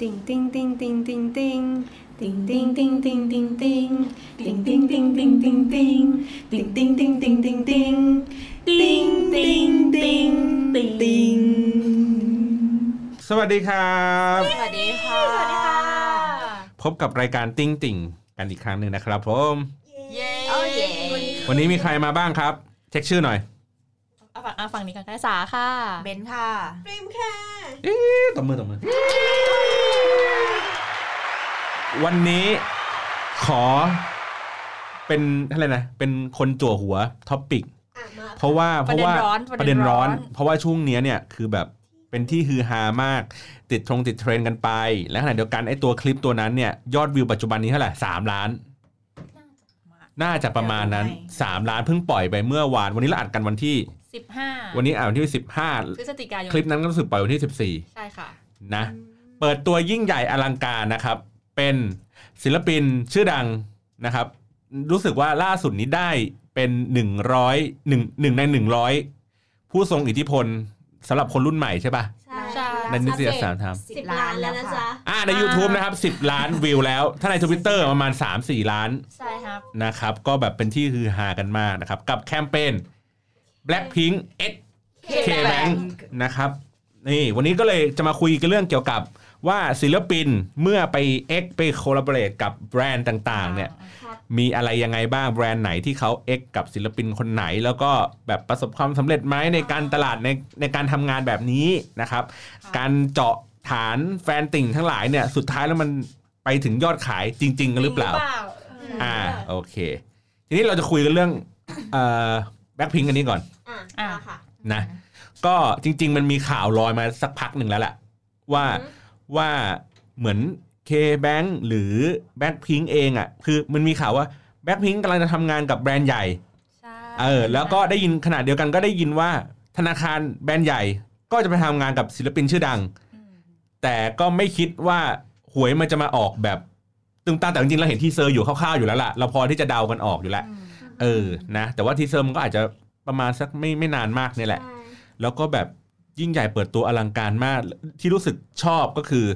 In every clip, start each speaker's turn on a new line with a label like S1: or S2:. S1: ติงติงติงติงติงติงติงติงติงติงติงติงติงติงติงติงติงติงติงติงติงติงติงติงติงติงติงติง
S2: สวัสดีครับ
S3: สวัสดีค่ะ สวัสดีค่ะ
S2: พบกับรายการติ้งติ่งกันอีกครั้งหนึ่งนะครับผม
S3: เย้
S4: เอาเย้
S2: วันนี้มีใครมาบ้างครับ เช็คชื่อหน่อย
S3: เอาฝั่งเอาฝั่งนี้กันได้สาค่ะ
S4: เบนค่ะ
S2: เอ๊ะตบมือตบมือ วันนี้ขอเป็นอะไรนะเป็นคนจั่วหัวท็อปปิกเพราะว่าเพราะว่า
S3: ป
S2: ประ
S3: ระเด็
S2: เด็น
S3: นร้
S2: ร้อ
S3: อน น
S2: เพราะว่าช่วงเนี้ยเนี่ยคือแบบเป็นที่ฮือฮามาก ติดทรงติดเทรนด์กันไป และขณะเดียวกันไอ้ตัวคลิปตัวนั้นเนี่ยยอดวิวปัจจุบันนี้เท่าไหร่สามล้าน น่าจะประมาณนั้น
S4: เดี๋ยวดูให้
S2: 3 ล้านเพิ่งปล่อยไปเมื่อวาน วันนี้เราอัดกันวันที่
S3: สิบห้า
S2: วันนี้อ่านวันที่
S3: พฤศจิกายน
S2: 15 คลิปนั้นก็รู้สึกปล่อยวันที่
S3: ใช่ค่ะ
S2: 14 นะ เปิดตัวยิ่งใหญ่อลังการนะครับ เป็นศิลปินชื่อดังนะครับ รู้สึกว่าล่าสุดนี้ได้เป็น 100 1หนึ่งใน 100 ผู้ทรงอิทธิพลสำหรับคนรุ่นใหม่ใช่ปะ
S3: ใช่
S2: ในนิตยสารท
S4: สิบล้านแล้วนะจ๊ะ
S2: ำอ่าใน YouTube นะครับ 10 ล้านวิวแล้ว ถ้าใน Twitter ประมาณ 3-4 ล้าน
S3: ใช่ครับ
S2: นะครับก็แบบเป็นที่ฮือฮากันมากนะครับ กับแคมเปญ Blackpink X K Bank นะครับนี่วันนี้ก็เลยจะมาคุยกันเรื่องเกี่ยวกับว่าศิลปินเมื่อไป X ไปคอลลาบอร์เรทกับแบรนด์ต่างๆเนี่ยมีอะไรยังไงบ้างแบรนด์ไหนที่เขา X กับศิลปินคนไหน แล้วก็แบบประสบความสำเร็จไหมในการตลาดในในการทำงานแบบนี้นะครับ
S3: ค่ะ
S2: การเจาะฐานแฟนติ่งทั้งหลายเนี่ยสุดท้ายแล้วมันไปถึงยอดขายจริง ๆ กันหรือเปล่า อ่าโอเค ทีนี้เราจะคุยกันเรื่องเอ่อแบ็คพิงกันนี้ก่อน
S5: อ่ะ
S3: อ่ะ
S5: มาค่ะ
S2: นะ ก็จริง ๆ มันมีข่าวลอยมาสักพักหนึ่งแล้วแหละว่า
S5: อือฮึ
S2: ว่าเหมือน K-Bank หรือ Blackpink เองอ่ะคือมันมีข่าวว่า Blackpink กำลังจะทำงานกับแบรนด์ใหญ่
S3: ใช่
S2: เออแล้วก็ได้ยินขณะเดียวกันก็ได้ยินว่าธนาคารแบรนด์ใหญ่ ก็จะไปทำงานกับศิลปินชื่อดัง
S3: อืม
S2: แต่ก็ไม่คิดว่าหวยมันจะมาออกแบบตึงตามแต่จริงๆเราเห็นทีเซอร์อยู่คร่าวๆอยู่แล้วล่ะเราพอที่จะเดากันออกอยู่แล้ว
S3: อืม
S2: เออ นะ แต่ว่าทีเซอร์มันก็อาจจะประมาณสักไม่ไม่นานมากเนี่ยแหละ
S5: ใช่
S2: แล้วก็แบบยิ่งใหญ่เปิดตัวอลังการมาก ที่รู้สึกชอบก็คือ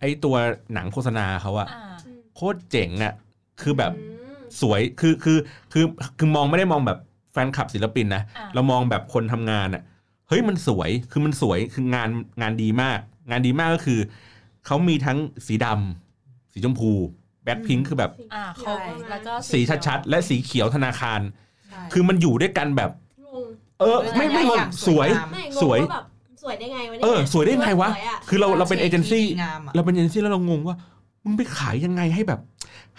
S2: ไอ้ตัวหนังโฆษณาเขาอะ
S3: อ่า
S5: อืม
S2: โคตรเจ๋งอะคือแบบ
S5: อืม
S2: สวย คือคือคือคือมองไม่ได้มองแบบแฟนคลับศิลปินนะ
S3: อ่า
S2: เรามองแบบคนทำงานอะเฮ้ยมันสวย คือมันสวย คืองานงานดีมาก งานดีมากก็คือ เขามีทั้งสีดำสีชมพู แบล็คพิงค์คือแบบ
S3: อ่าครบแล้วก็
S2: สีชัดๆ และสีเขียวธนาคาร คือมันอยู่ด้วยกันแบบ
S5: งง
S2: เออ
S4: เรื่อง
S2: ไม่ไม่ง
S4: หลายๆอง ย่าง
S2: สวย
S4: สวยงาม
S5: ไม่ง
S2: ส
S5: ง
S2: วย
S5: ว่าแบบสวยได้ไงวะเนี่ย
S2: เออ สวยได้ไงวะ
S5: สยอ
S2: คือเราเราเป็นเอเจนซี่
S4: งามอะ
S2: เราเป็นเอเจนซี่แล้วเรางงว่ามึงไปขายยังไงให้แบบ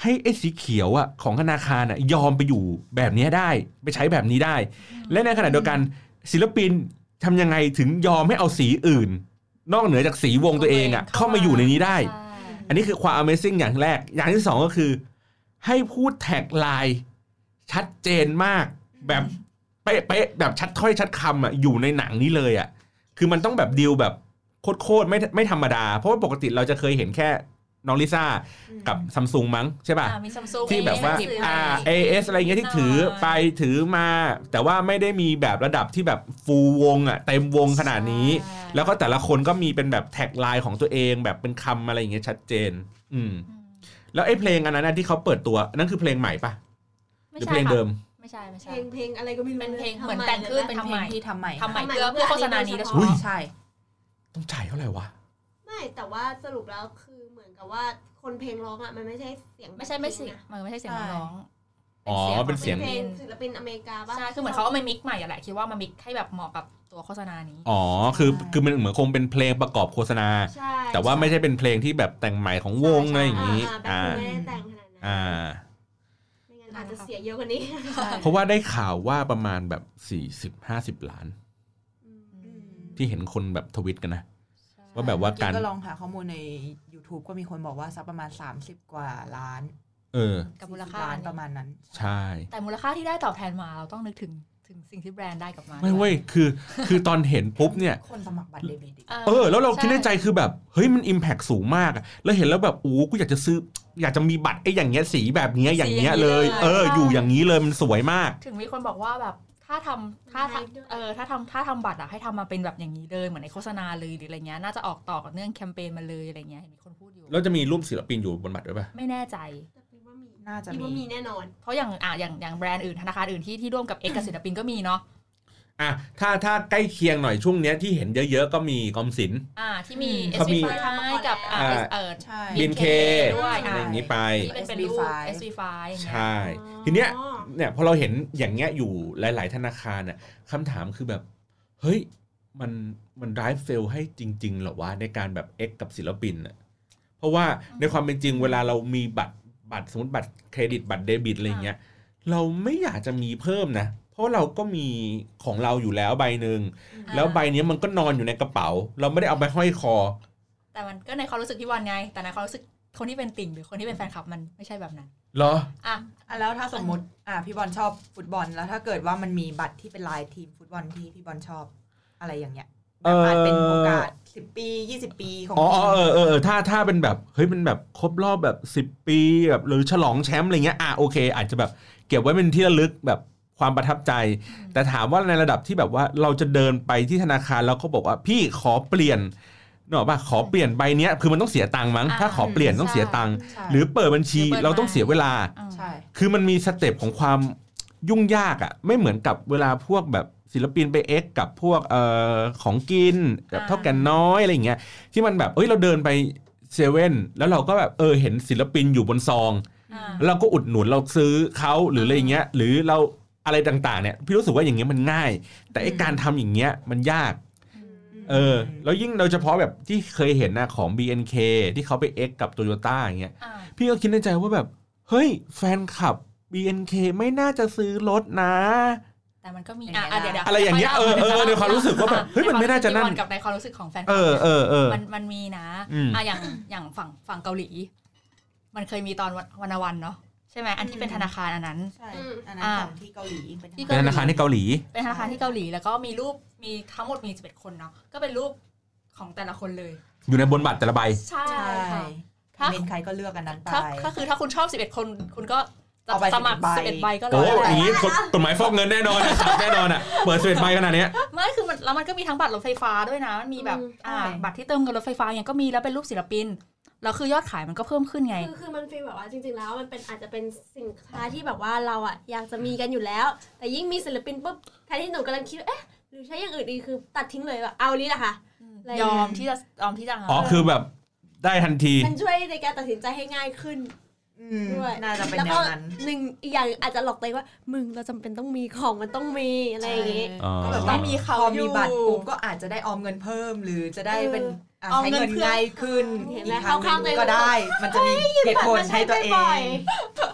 S2: ให้ไอ้สีเขียวอ่ะของธนาคารอ่ะยอมไปอยู่แบบเนี้ยได้ ไปใช้แบบนี้ได้ และในขณะเดียวกันศิลปินทำยังไงถึงยอมให้เอาสีอื่น นอกเหนือจากสีวงตัวเองอ่ะ เข้ามาอยู่ในนี้ได้
S3: ใช่
S2: อันนี้คือความ Amazing อย่างแรก อย่างที่สองก็คือ ให้พูดแท็กไลน์ชัดเจนมากแบบเป๊ะๆแบบชัดถ้อยชัดคำอ่ะอยู่ในหนังนี้เลยอ่ะ คือมันต้องแบบดีลแบบโคตรๆไม่ไม่ธรรมดา เพราะว่าปกติเราจะเคยเห็นแค่น้องลิซ่ากับซัมซุงมั้งใช่ป่ะ
S3: อ่ามีซัมซุง
S2: ที่แบบว่า
S3: มี
S2: อ่า AS อะไรเงี้ยที่ถือไปถือมา แต่ว่าไม่ได้มีแบบระดับที่แบบฟูลวงอ่ะเต็มวงขนาดนี้
S3: ใช่
S2: แล้วก็แต่ละคนก็มีเป็นแบบแท็กไลน์ของตัวเองแบบเป็นคำอะไรอย่างเงี้ยชัดเจน อืม
S3: อืม
S2: แล้วไอ้เพลงอันนั้นนะที่เขาเปิดตัวอันนั่นคือเพลงใหม่ปะห
S3: ไม่
S2: รือ
S3: ใช่
S2: เพลง
S3: ค่ะ
S2: เดิม
S3: ไม่ใช่ไม่
S5: เพ
S3: ใช่
S5: ลงเพลงอะไรก็ไม่รู้
S3: เป็นเพลง
S5: ย
S3: เหมือน
S5: ทำไ
S3: แต่งขึ้น
S4: เป็นเพลงที่ทำใหม่
S3: ทำใหม่เพื่อเพื่อโฆษณานี้โดยเฉ
S2: อุ๊ย
S3: พาะ
S4: ใช่
S2: ต้องจ่ายเท่าไหร่วะ
S5: ไม่แต่ว่าสรุปแล้วคือเหมือนกับว่าคนเพลงร้องอ่ะมันไม่ใช่เสียง
S3: ไม่ใช่ไม่เสียง
S5: นะ
S3: มันไม่ใช่เสียง
S4: ใช่
S3: น้อง
S2: อ๋อ เป็น
S5: เป็
S2: เสียง
S5: นเพลงศิลปินอเมริกาป่ะ
S3: ใช่ คือเหมือนเขาเอามามิกใหม่อะแหละ คิดว่ามามิกให้แบบเหมาะกับตัวโฆษณานี้
S2: อ๋อ คือ คือมันเหมือนคงเป็นเพลงประกอบโฆษณา
S5: ใช่
S2: แต่ว่าไม่ใช่เป็นเพลงที่แบบแต่งใหม่ของวงอะ
S3: ใช่
S2: ไรอย่างนี้
S5: อ่า
S2: อ่า
S5: ๆแบบไม่ได้แต่งขนาดนั้น
S2: อ่า
S5: ไม่งั้นอาจจะเสียเยอะกว่านี้
S2: เพราะว่าได้ข่าวว่าประมาณแบบ 40-50 ล้าน ที่เห็นคนแบบทวิตกันนะ ว่าแบบว่า
S4: กิ
S2: การ
S4: นก็ลองหาข้อมูลใน YouTube ก็มีคนบอกว่าสักประมาณ 30 กว่าล้าน
S2: เออ
S3: กับมูลค่า
S4: ล้าน
S3: เนี่ย
S4: ประมาณนั้น
S2: ใช่
S3: แต่มูลค่าที่ได้ตอบแทนมาเราต้องนึกถึงถึงสิ่งที่แบรนด์ได้กลับมา
S2: ไม่เว้ย คือ คือตอนเห็นปุ๊บเนี่ย
S4: คนสมัครบัตรเดบิตอีก
S2: เออ แล้วเราคิดในใจคือแบบ เฮ้ย มันอิมแพกสูงมากอะแล้วเห็นแล้วแบบ โอ้กูอยากจะซื้อ อยากจะมีบัตรไอ้อย่างเงี้ยสีแบบเงี้ยอย่างเงี้ยเลย เออ อยู่อย่างนี้เลย มันสวยมาก
S3: ถึงมีคนบอกว่าแบบถ้า ถ้าทำถ้า
S5: ไลฟ์ด้วย
S3: ทำเออถ้าทำถ้าทำบัตรอะให้ทำมาเป็นแบบอย่างนี้เลยเหมือนในโฆษณาเลยหรืออะไรเงี้ยน่าจะออกต่อกับเนื่องแคมเปญมาเลยอะไรเงี้ยเห็นมีคนพูดอยู่
S2: แล้วจะมีรูปศิลปินอยู่บนบัตรด้วยป่ะ
S3: ไม่แน่ใจ
S5: แต่คิดว่ามี
S4: น่าจะ
S5: คิด
S4: มี
S5: ว่ามีแน่นอน
S3: เพราะอย่างอ่ะอย่างอย่างแบรนด์อื่นธนาคารอื่นที่ที่ร่วมกับเอกบศิลปินก็มีเนาะ
S2: อ่ะถ้าถ้าใกล้เคียงหน่อยช่วงเนี้ยที่เห็นเยอะๆ ก็มีกอมสิน
S3: อ่าที่มีเอส
S2: เขามี
S3: บีไฟกับอ่า
S2: อ่า
S3: เออ
S4: ใช่
S2: บินเค
S3: ด้วย
S2: อะไรอย่างนี้ไป
S3: ที่เป็นเป็นรูป
S4: SB5
S3: SB5 อย่างเงี้ย
S2: ใช่ ทีเนี้ย
S5: อ๋อ
S2: เนี่ยพอเราเห็นอย่างเงี้ยอยู่หลาย ๆ ธนาคารน่ะคำถามคือแบบ เฮ้ย มันมัน drive fail ให้จริง ๆ เหรอวะ ในการแบบ X กับศิลปินน่ะเพราะว่าในความเป็นจริงเวลาเรามีบัตรบัตรสมมติบัตรเครดิตบัตรเดบิตอะไรอย่างเงี้ยเราไม่อยากจะมีเพิ่มนะ เพราะเราก็มีของเราอยู่แล้วใบหนึ่ง แล้วใบเนี้ยมันก็นอนอยู่ในกระเป๋า เราไม่ได้เอาไปห้อยคอ
S3: แต่มันก็ในความรู้สึกพี่วันไง แต่ในความรู้สึกคนที่เป็นติ่งหรือคนที่เป็นแฟนคลับมันไม่ใช่แบบนั้น
S2: เหรอ
S3: อ่ะ
S4: อ่ะแล้วถ้าสมมติอ่ะพี่บอลชอบฟุตบอลแล้วถ้าเกิดว่ามันมีบัตรที่เป็นลายทีมฟุตบอลที่พี่บอลชอบอะไรอย่างเงี้ย
S2: เอ่
S4: แบ
S2: อ
S4: บอาจเป็นโอกาสสิบปียี่สิบปีของ
S2: อ๋อ
S4: ที
S2: เอ
S4: ม
S2: อเออเออถ้าถ้าเป็นแบบเฮ้ยมันแบบครบรอบแบบ 10 ปีแบบหรือฉลองแชมป์อะไรเงี้ยอ่ะโอเค อาจจะแบบเก็บไว้เป็นที่ระลึกแบบความประทับใจ
S3: ม
S2: แต่ถามว่าในระดับที่แบบว่าเราจะเดินไปที่ธนาคารแล้วก็บอกว่าพี่ขอเปลี่ยนเนกอะป่ะขอเปลี่ยนใบเนี้ยคือมันต้องเสียตังค์มั้งถ้าขอเปลี่ยนต้องเสียตังค์
S4: ใช่
S2: หรือเปิดบัญชี
S3: หรือเปิด
S2: เราต้องเสียเวลา
S3: อ่า
S4: ใช่
S2: คือมันมีสเต็ปของความยุ่งยากอะ่ะไม่เหมือนกับเวลาพวกแบบศิลปินไปเอ็กกับพวกเอ่อของกินแบบ
S3: อ่า
S2: เท่าแกันน้อยอะไรอย่างเงี้ยที่มันแบบเอ้ยเราเดินไปเซเว่นแล้วเราก็แบบเออเห็นศิลปินอยู่บนซอง
S3: อ่า
S2: แล้วเราก็อุดหนุนเราซื้อเขาหรืออะไรอย่างเงี้ยหรือเราอะไรต่างๆเนี่ยพี่รู้สึกว่าอย่างเงี้ยมันง่าย แต่ไอ
S3: อืม
S2: การทำอย่างเงี้ยมันยาก
S5: อืม
S2: เออแล้วยิ่งโดยเฉพาะแบบที่เคยเห็นนะของ BNK ที่เขาไปเอ็กกับโตโยต้าอย่างเงี้ย
S3: อ่า
S2: พี่ก็คิดในใจว่าแบบ เฮ้ย แฟนคลับ BNK ไม่น่าจะซื้อรถนะ
S3: แต่มันก็มีอ่ะอ่ะเดี๋ยวๆ
S2: อะไรอย่างเงี้ยเออเออในความรู้สึกว่าแบบเฮ้ยมันไม่น่าจะนั่น
S3: ใควมรู้สึกพี่บอลกับในความรู้สึกของแฟนคลับ
S2: เออเออเออ
S3: มันมันมีนะ
S2: อืม
S3: อ่ะอย่างอย่างฝั่งฝั่งเกาหลี มันเคยมีตอนวันวันวันเนาะใช่ไหมอันที่เป็นธนาคารอันนั้น
S4: ใช่
S5: อืม
S4: อันนั้น
S3: อ่า
S4: ของที่เกาหลีเป็น
S3: ที่
S2: เป็นธนาคารที่เกาหลี
S3: เป็นธนาคารที่เกาหลีแล้วก็มีรูปมีทั้งหมดมี11คนเนาะก็เป็นรูปของแต่ละคนเลย
S2: อยู่ในบนบัตรแต่ละใบ
S3: ใช่
S4: ใช่
S3: ค่ะ ถ้า
S4: เป็นใครก็เลือกอันนั้นไป
S3: ถ้าถ้าคือถ้าคุณชอบ 11 คนคุณก็จะ
S4: เอาไป
S3: สมัคร
S4: 11ใบ
S3: 11ใบก็
S2: โอ้
S3: ร้อย
S2: อ
S3: ใบ
S2: ย่างนี้กฎกฎหมายฟอกเงินแน่นอนนะจับแน่นอนอ่ะ เปิดสเวตใบขนาดเนี้ย
S3: ไม่คือมันแล้วมันก็มีทั้งบัตรรถไฟฟ้าด้วยนะมันมีแบบ
S5: อืม
S3: อ่า
S4: ใช่
S3: บัตรที่เติมเงินรถไฟฟ้าเนี่ยก็มีแล้วเป็นรูปศิลปินแล้วคือยอดขายมันก็เพิ่มขึ้นไง
S5: คือคือมันฟีลแบบว่าจริง ๆ แล้วมันเป็นอาจจะเป็นสินค้าที่แบบว่าเราอ่ะอยากจะมีกันอยู่แล้ว แต่ยิ่งมีศิลปินปุ๊บแทนที่หนูกำลังคิดว่าเอ๊ะหรือใช้อย่างอื่นดีคือตัดทิ้งเลยแบบเอานี้แหละค่ะ อะไรอย่าง
S3: ย
S5: เงี้ย
S3: อมที่จะยอมที่จะหา
S2: อ๋อคือแบบได้ทันที
S5: มันช่วยในการตัดสินใจให้ง่ายขึ้น
S4: อืม
S5: ด้วย
S4: น่าจะเป็น
S5: ล้ว
S4: แน
S5: ก็
S4: วนั้น
S5: หนึ่งอีกอย่างอาจจะหลอกตัวเองว่า มึงเราจำเป็นต้องมีของมันต้องมีอะไรอย่างงี้
S2: อ๋อ
S4: ก็แบบ
S3: ต้อ
S4: ต้อง ง
S3: มี
S4: มี
S3: เขา
S4: เขา
S3: อ
S4: อยู่ ยู่บัตรปุ๊บก็อาจจะได้ออมเงินเพิ่ม หรือจะได้เป็นอ่ะ
S3: ออม
S4: ใช้
S3: เงิน
S4: เงิน
S3: เพื่อ
S4: ง่ายขึ้น
S5: เห็นไหม
S4: อีกทาง
S5: เข้าข้างตัวเอง
S4: ก็ได้ มันจะมีเหตุผลให้ตัวเอง
S5: บ่ย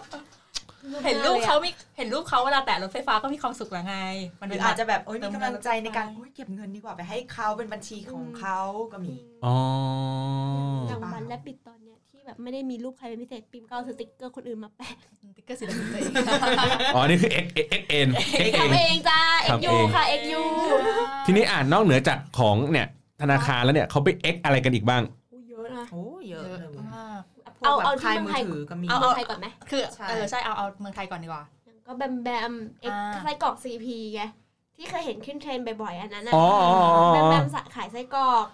S3: เห็นรูปเขามีเห็นรูปเขาเวลาแตะรถไฟฟ้าก็มีความสุขแล้วไง มัน
S4: ห
S3: เป็
S4: รื
S3: น
S4: อ
S3: แบบ
S4: อาจจะแบบโอ้ย
S3: เติ
S4: มี
S3: ม
S4: กำลังใจในการ
S3: เงิน
S4: โอ้ยเก็บเงินดีกว่าไปให้เขาเป็นบัญชีของเขาก็มี
S2: อ๋อ
S5: รางวัลและปิดตอนเนี้ยที่แบบไม่ได้มีรูปใครเป็นพิเศษปิมก็เอาสติกเกอร์คนอื่นมาแปะ
S3: ติ๊กเกอร์ศิลปินตัวเอง
S2: อ๋อ นี่คือ X X X N X เอง
S5: ทำเองจ้าเอ็ก
S2: ทำเอ
S5: ยู
S2: ง
S5: ค่ะเอ็กยู
S2: ทีนี้อ่านนอกเหนือจากของเนี่ยธนาคารแล้วเนี่ยเขาไป X อะไรกันอีกบ้าง
S5: อู้เยอะนะ
S4: โอ้เยอะเลย
S3: มาก
S4: พวกแบบ
S5: เอาที่
S4: ค่าย
S5: เมืองไทย
S4: มือถือก็มี
S5: เอาเมืองไทยก่อนไหม
S3: คือ
S4: ใช่
S3: เออใช่เอาเอาเมืองไทยก่อนดีกว่า
S5: ก็แบมแบมเอ็ก
S3: อ่า
S5: ไส้กรอกซีพีไงที่เคยเห็นขึ้นเทรนด์บ่อยๆอันนั้นน่ะ
S2: อ๋ออ๋ออ๋อ
S5: แบมแบมสะขายไส้กรอก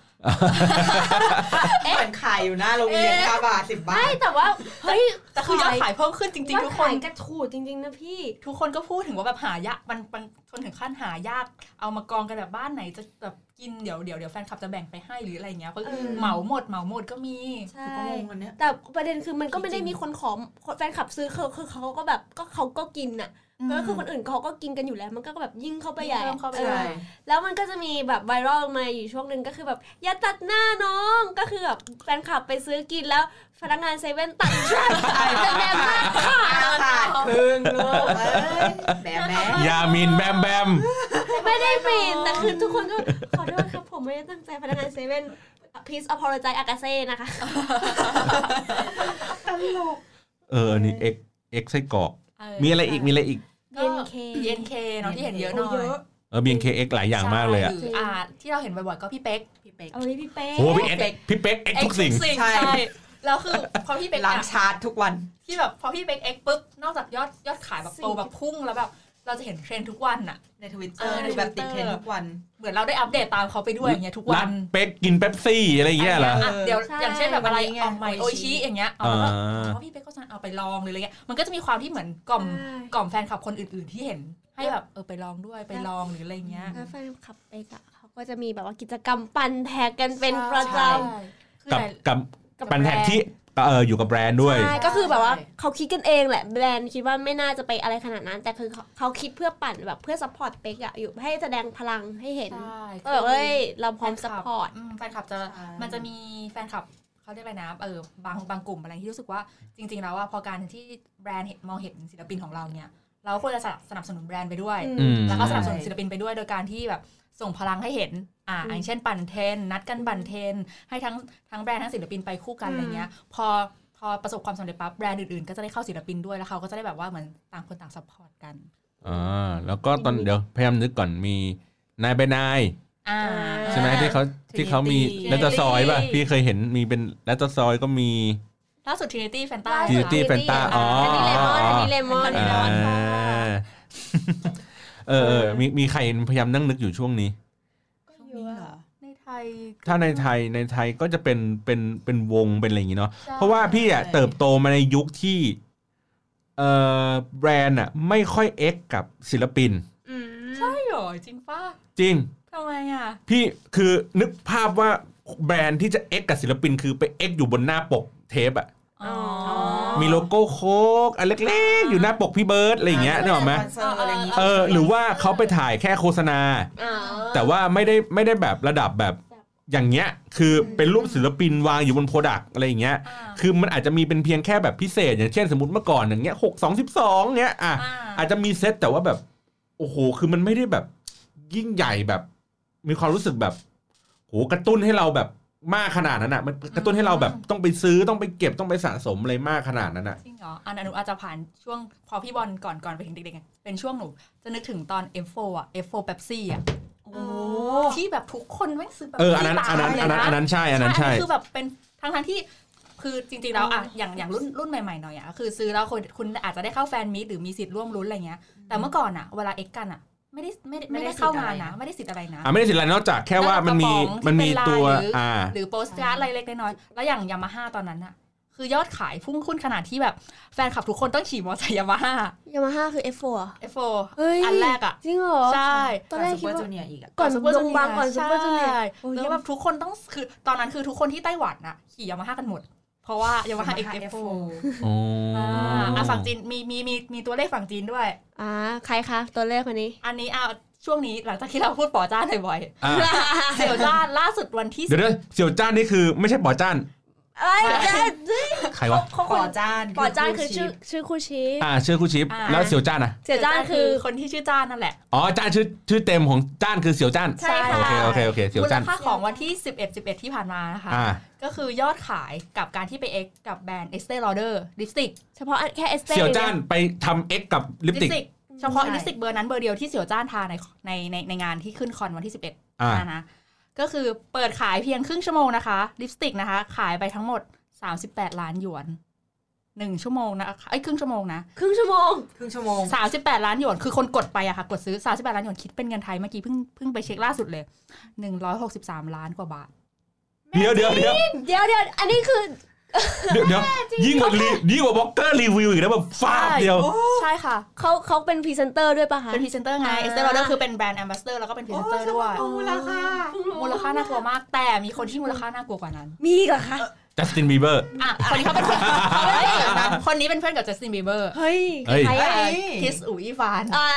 S4: เหมือนขายอยู่หน้าโรงเรียนห้าบาทสิบบา
S5: ไม่
S4: ท
S5: แต่ว่าเฮ้ย
S3: แต่คือยอดขายเพิ่มขึ้นจริง
S5: ยอ
S3: ๆ
S5: ด
S3: ทุกค
S5: ขาน ยกระถูดจริงๆนะพี่
S3: ทุกคนก็พูดถึงว่าแบบหายากมันมันจนถึงขั้นหายาก เอามากองกันแบบบ้านไหนจะแบบกินเดี๋ยวเดี๋ยวเดี๋ยวแฟนคลับจะแบ่งไปให้หรืออะไรอย่างเงี้ยเพราะ
S5: เออ
S3: เหมาหมดเหมาหมดก็มี
S5: ใช่
S4: ก็งงอันเนี้ย
S5: แต่ประเด็นคือมันก็ไม่
S3: จ
S5: ได้
S3: ริง
S5: มีคนขอแฟนคลับซื้อคือคือเขาก็แบบก็เขาก็กินอ่ะก็คือคนอื่นเขาก็กินกันอยู่แล้ว มันก็แบบยิ่งเข้าไปใหญ่
S3: เพิ่มเข้าไป
S5: ออ
S3: ใหญ่
S5: แล้วมันก็จะมีแบบไวรัลมาอยู่ช่วงหนึ่งก็คือแบบอย่าตัดหน้าน้องก็คือแบบแฟนคลับไปซื้อกินแล้วพนักงานเซเว่นตัดแบมแบมากค่ะ
S4: ขาดครึ่งลูกเอ้ยแบบแม่
S2: ยามินแบมแบม
S5: ไม่ได้ปิดแต่คือทุกคนก็ขอโทษครับผมไม่ได้ตั้งใจพนักงานเซเว่นพีซอพอลใจอากาเซ่นะคะ
S4: ตลก
S2: เออ นี่ X X ไส้กรอก
S3: เออ
S2: มีอะไรอีก
S5: ใช่
S2: มีอะไรอีก
S3: ก็
S5: BNK
S3: BNK เนาะที่เห็นเยอะห
S5: โอ้
S3: น่อ
S5: เย
S3: ย
S5: อะ
S2: เออ BNKX หลายอย่างมากเลยอ่ะ
S3: ใช่หรือ่าที่เราเห็นบ่อยๆก็พี่เป๊ก
S4: พี่เป๊ก
S5: เอาเลยพี่เป๊ะ
S2: โห พี่เอ็กพี่เป๊ก X ทุกสิ่ง
S3: ใช่แล้วคือพอพี่เป๊ก
S4: ล้าง
S3: อะ
S4: ชาร์จทุกวัน
S3: ที่แบบพอพี่เป๊กเอ็กปุ๊บนอกจากยอดยอดขายแบบโตแบบพุ่งแล้วแบบ เราจะเห็นเทรนด์ทุกวันอะ
S4: ในทวิตเตอร์คือแบบติดเทรนด์ทุกวัน
S3: เหมือนเราได้อัปเดตตามเขาไปด้วยอย่างเงี้ยทุก
S2: รั
S3: วั
S2: ด
S3: น
S2: เป๊กกินเป๊ปซี่อะไรอย่างเงี้ยเหรอ
S3: ะเดี๋ยว
S5: ใช่
S3: อย่างเช่นแบบอะไร
S4: วันนี้ไง
S3: ออกใหม่โอ
S4: Oishi
S3: ชิอย่างเงี้ยเอาแล้วก็
S2: อ่า
S3: เอาพี่เป๊กก็สั่งเอาไปลองหรืออะไรเงี้ยมันก็จะมีความที่เหมือนกล่อม
S5: ใช่
S3: กล่อมแฟนคลับคนอื่นๆที่เห็นให้แบบเออไปลองด้วยไปลองหรืออะไรเงี้ย
S5: แล้วแฟนคลับเอกอะเขาก็จะมีแบบว่ากิจกรรมปั่นแท็กกันเป็นประจ
S3: ใช่คือ
S2: กับ
S3: หลาย
S2: กับ
S3: กับ
S2: ปันแท็ก
S3: แบรนด์
S2: ที่เอออยู่กับแบรนด์ด้วย
S5: ำใช่ก็คือแบบว่าเขาคิดกันเองแหละแบรนด์คิดว่าไม่น่าจะไปอะไรขนาดนั้น แต่คือเขาเขาคิดเพื่อปั่นแบบเพื่อซัพพอร์ตเป๊กอะอยู่ให้แสดงพลังให้เห็น
S3: ใช่
S5: ก็แบบเอ้ยเราพร้อมซัพพอร์ต
S3: มแฟนคลับจะ
S4: ใช่
S3: มันจะมีแฟนคลับเขาเรียกอะไรนะเออบางบางกลุ่มอะไรที่รู้สึกว่าจริง ๆ แล้วว่าพอการที่แบรนด์เห็นมองเห็นศิลปินของเราเนี่ยเราควรจะสนับสนุนแบรนด์ไปด้วย
S2: อืม
S3: แล้วก็สนับสนุนศิลปินไปด้วยโดยการที่แบบส่งพลังให้เห็น อ่า
S5: อืม
S3: อย่างเช่นปั่นเทรนนัดกันปั่นเทรนให้ทั้งทั้งแบรนด์ทั้งศิลปินไปคู่กัน
S5: อืม
S3: อะไรเงี้ย พอพอประสบความสำเร็จปั๊บแบรนด์อื่นๆ ก็จะได้เข้าศิลปินด้วยแล้วเขาก็จะได้แบบว่าเหมือนต่างคนต่างซัพพอร์ตกัน
S2: อ่าแล้วก็ตอนเดี๋ยวพยายามนึกก่อนมีนายเป็นนาย
S3: อ่า
S2: ใช่ไหมที่เขาที่เขามี
S3: Trinity
S2: แลตซอยป่ะพี่เคยเห็นมีเป็นแลตซอยก็มี
S3: ล่าสุด Trinity Fanta
S5: ล่าสุด
S2: จิ Trinity ตี้ Fanta อ๋อ
S5: อัน
S2: อ๋ออ๋ออั
S5: นี้เลมอนอันนี้เลมอน
S3: ไม่
S2: อ่า
S3: ได้ร้อนค่ะ
S2: เออเออมีมีใครพยายามนั่งนึกอยู่ช่วงนี้
S4: ช่วงนี้เหรอ
S3: ในไทย
S2: ถ้าในไทยในไทยก็จะเป็นเป็นเป็นวงเป็นอะไรอย่างงี้เนาะ
S3: ใช่
S2: เพราะว่าพี่อ่ะ
S4: ใช่
S2: เติบโตมาในยุคที่เอ่อแบรนด์อ่ะไม่ค่อยเอ็กกับศิลปิน
S3: ใช่เหรอจริงป่ะ
S2: จริง
S3: ทำไมอ่ะ
S2: พี่คือนึกภาพว่าแบรนด์ที่จะเอ็กกับศิลปินคือไปเอ็กอยู่บนหน้าปกเทปอ่ะ
S3: อ๋อ
S2: มีโลโก้โคกอันเล็กๆ อยู่หน้าปกพี่เบิร์ดอะไรอย่างเงี้ยนึกออกไหม
S4: สปอนเซอร์อะไรอย่างงี้
S2: เออหรือว่าเขาไปถ่ายแค่โฆษณา
S5: อ๋อ
S2: แต่ว่าไม่ได้ไม่ได้แบบระดับแบบอย่างเงี้ย คือเป็นรูปศิลปินวางอยู่บนโปรดักต์อะไรอย่างเงี้ย
S3: อ่า
S2: คือมันอาจจะมีเป็นเพียงแค่แบบพิเศษ อย่างเช่นสมมติเมื่อก่อนอย่างเงี้ยหกสองสิบสองเงี้ยอ่ะ
S3: อ่า
S2: อาจจะมีเซตแต่ว่าแบบโอ้โหคือมันไม่ได้แบบยิ่งใหญ่แบบ มีความรู้สึกแบบโหกระตุ้นให้เราแบบมากขนาดนั้นอ่ะมันกระตุ้นให้เราแบบต้องไปซื้อต้องไปเก็บต้องไปสะสมอะไรมากขนาดนั้นอ่ะ
S3: จริงเหรออันอนุอาจจะผ่านช่วงพอพี่บอลก่อนก่อนไปถึงเด็กๆไงเป็นช่วงหนูจะนึกถึงตอน F4 อ่ะ F4 p e p s i อ่ะ
S4: โอ้
S3: ที่แบบทุกคนแม่งซื้อแบบ
S2: เอออันนั้น
S3: ตา
S2: อันนั้น
S3: เลย
S2: อันนั้นอันนั้นใช่อันนั้นใช่
S3: คือแบบเป็นทั้งทั้งๆที่คือจริงๆแล้วอ่ะอย่างอย่างรุ่นรุ่นใหม่ๆหน่อยอ่ะคือซื้อแล้วคนคุณอาจจะได้เข้าแฟนมีตหรือมีสิทธิ์ร่วมลุ้นอะไรเงี้ยแต่เมื่อก่อนอ่ะเวลาเอ็กกันอ่ะไม่ได้ไม่ได้ไม่ได้เข้างานนะไม่ได้สิทธิ์อะไรนะ
S2: อ่ะไม่ได้สิทธิ์อะไรนอกจากแค่ว่ามันมีมันมีตัวอ่า
S3: หรือโปสการ์ดอะไรเล็กๆน้อยๆแล้วอย่างยามาฮ่าตอนนั้นอะคือยอดขายพุ่งขึ้นขนาดที่แบบแฟนคลับทุกคนต้องขี่มอเตอร์ไซค์ยามาฮ่า
S5: ยามาฮ่าคือ F4 เหรอ
S3: F4
S5: เฮ้ย
S3: อันแรกอะ
S5: จริงเหรอ
S3: ใช่
S5: ตอนแรกคิด
S4: ซูเปอร์
S5: ว่า
S4: จูเนียร์อีกอะ
S5: ก่อน
S3: ซุปเปร์
S5: ล
S3: จู
S5: ง
S3: เย
S5: บางก่อนซุปเปอร์จูเนียร์
S3: ใช่
S5: โอ้ย
S3: แล้วแบบทุกคนต้องคือตอนนั้นคือทุกคนที่ไต้หวันอะขี่ยามาฮ่ากันหมด เพราะว่ายามาฮ่า F4
S2: อ๋อ
S3: อ่าอ่ะฝั่งจีนมีมีมีมีตัวเลขฝั่งจีนด้วย
S5: อ่าใครคะตัวเลขคนนี้
S3: อันนี้อ่ะช่วงนี้หลังจากที่เราพูดป๋อจ้านบ่อย
S2: อ่ะ
S3: ๆเสี่ยวจ้านล่าสุดวันที่
S2: เดี๋ยวเดี๋ยวเสี่ยวจ้านนี่คือไม่ใช่ป๋อจ้าน
S5: เอ้ยจ้า
S2: ใครวะ
S5: เขาค
S4: ก่อน จ้าน
S5: ปอจ้านคือชื่อชื่อคู่ชีพ
S2: อ่าชื่อคู่ชิปแล้วเสี่ยวจ้านอ่ะ
S5: เสียจ้านคือ
S3: คนที่ชื่อจ้านนั่นแหละ
S2: อ๋อจ้านชื่อชื่อเต็มของจ้านคือเสี่ยวจ้าน
S3: ใช่ค่ะ
S2: โอเคโอเคโอเคเสี่ยว
S3: มูล
S2: จ้าน
S3: ค่าของวันที่ 11 11 ที่ผ่านมานะคะ
S2: อ่า
S3: ก็คือยอดขายกับการที่ไปเอ็กกับแบรนด์เอสเต e ลอเดอร์ลิปสติก
S5: เฉพาะอันแค่เอสเต้
S2: เสี่ยวจ้านไปทำเอ็กกับลิ
S3: ลิ
S2: ป
S3: ป
S2: ติ
S3: ส
S2: ก
S3: ติกเฉพาะลิปสติกเบอร์นั้นเบอร์เดียวที่เสี่ยวจ้านทาในในในในงานที่ขึ้นคอนวันที่ 11
S2: อ่า
S3: นะคะก็คือเปิดขายเพียงครึ่งชั่วโมงนะคะลิปสติกนะคะ ขายไปทั้งหมด 38 ล้านหยวนหนึ่งชั่วโมงนะคะไอ้ยครึ่งชั่วโมงนะ
S5: ครึ่งชั่วโมง
S4: ครึ่งชั่วโมง
S3: 38 ล้านหยวนคือคนกดไปอะค่ะ กดซื้อ 38 ล้านหยวนคิดเป็นเงินไทยเมื่อกี้เพิ่งเพิ่งไปเช็คล่าสุดเลย 163 ล้านกว่าบาท
S2: เดี๋ยวเดี๋ยวเดี๋ยว
S5: เดี๋ยวเดี๋ยวอันนี้คือ
S2: เดี๋ยวเดี๋ยวยิ่งกว่ารียิ่งกว่าบล็อกเกอร์รีวิวอีกนะแบบฟาดเดียว
S3: ใช่ค่ะ
S5: เขาเขาเป็นพรีเซนเตอร์ด้วยป่ะคะ
S3: เป็นพรีเซนเตอร์ไง
S5: อ่า
S3: เอสเตอร์ลอเดอร์คือเป็นแบรนด์แอมบาสเตอร์แล้วก็เป็นพรีเซนเตอร์ด้วย
S4: มูลค่า
S3: มูลค่าน่ากลัวมาก แต่มีคนที่มูลค่าน่ากลัวกว่านั้น
S5: มีอีกเหรอคะ
S2: จัสตินบีเบอร์
S3: อ่ะคนนี้เขาเป็นเพื่อนเขาเป็นเพื่อนกับนะคนนี้เป็นเพื่อนกับจัสตินบีเบอร์
S5: เฮ้ย
S2: เฮ้ย
S5: ใครอะ
S4: เฮ้ย
S3: คิสอูอีฟาน
S5: อ่า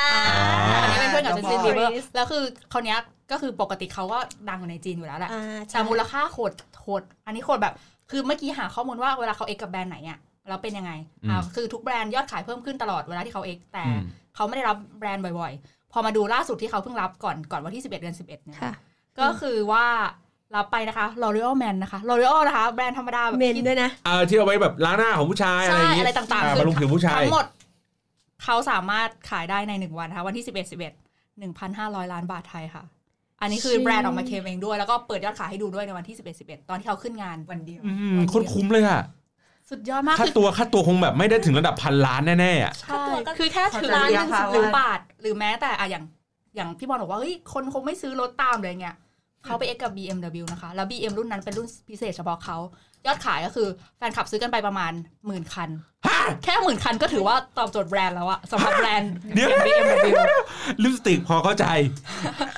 S3: คนนี้เป็นเพื่อนกับจัสตินบีเบอร์
S5: Chris
S3: แล้วคือคนเนี้ยก็คือปกติเขาก็ดังอยู่ในจีนอยู่แล้วแหละ
S5: อ่าใช่
S3: แต่มูลค่าโหดโหดอันนี้โหดแบบ คือเมื่อกี้หาข้อมูลว่าเวลาเขาเอ็กกับแบรนด์ไหนเนี่ยเราเป็นยังไงอ่าคือทุกแบรนด์ยอดขายเพิ่มขึ้นตลอดเวลาที่เขาเอ็กแต่
S2: อืม
S3: เขาไม่ได้รับแบรนด์บ่อยๆ พอมาดูล่าสุดที่เขาเพิ่งรับก่อนก่อนวันที่ 11 เดือน 11 เนี่ย
S5: ค่ะ
S3: ก็คือว่ารับไปนะคะ L'Oreal Man นะคะ L'Oreal นะคะ แบรนด์ธรรมดาแบบ
S5: เมนด้วยนะ
S2: เอ่อที่เอาไว้แบบล้างหน้าของผู้ชายอะไร
S3: ใช่
S2: อย่างงี้
S3: อะไรต่าง
S2: อ่
S3: ๆคื
S2: บำรุงผิวผู้ชาย
S3: ทั้งหมด เขาสามารถขายได้ใน 1 วันนะคะ วันที่ 11 11 1,500 ล้านบาทไทยค่ะ อันนี้คือ
S5: ชิ
S3: แบรนด์ออกมาเคลมเองด้วย แล้วก็เปิดยอดขายให้ดูด้วยในวันที่ 11 11 ตอนที่เขาขึ้นงาน
S4: วันเดียว
S2: อืมโคตรคุ้มเลยอะ
S3: สุดยอดมาก
S2: ค่า
S3: คือ
S2: ตัวค่าตัวคงแบบไม่ได้ถึงระดับพันล้านแน่ๆอะ
S3: ใช่
S5: ตัว ก็
S3: คือแค่ถือ
S4: ขอ
S3: ล้านห
S4: จำ
S3: นึ่ง
S4: เรียกค่ะ
S3: หรือ
S4: ว่า
S3: บาท หรือแม้แต่อะอย่างอย่างพี่บอลบอกว่าเฮ้ยคนคงไม่ซื้อรถตามเลยเงี้ยเขาไป X กับ BMW นะคะ แล้ว BM รุ่นนั้นเป็นรุ่นพิเศษเฉพาะเขายอดขายก็คือแฟนคลับซื้อกันไปประมาณหมื่นคัน แค่หมื่นคันก็ถือว่าตอบโจทย์แบรนด์แล้วอะสำหรับแบรนด์
S2: เดี๋ยว
S3: BMW
S2: ลิปสติกพอเข้าใจ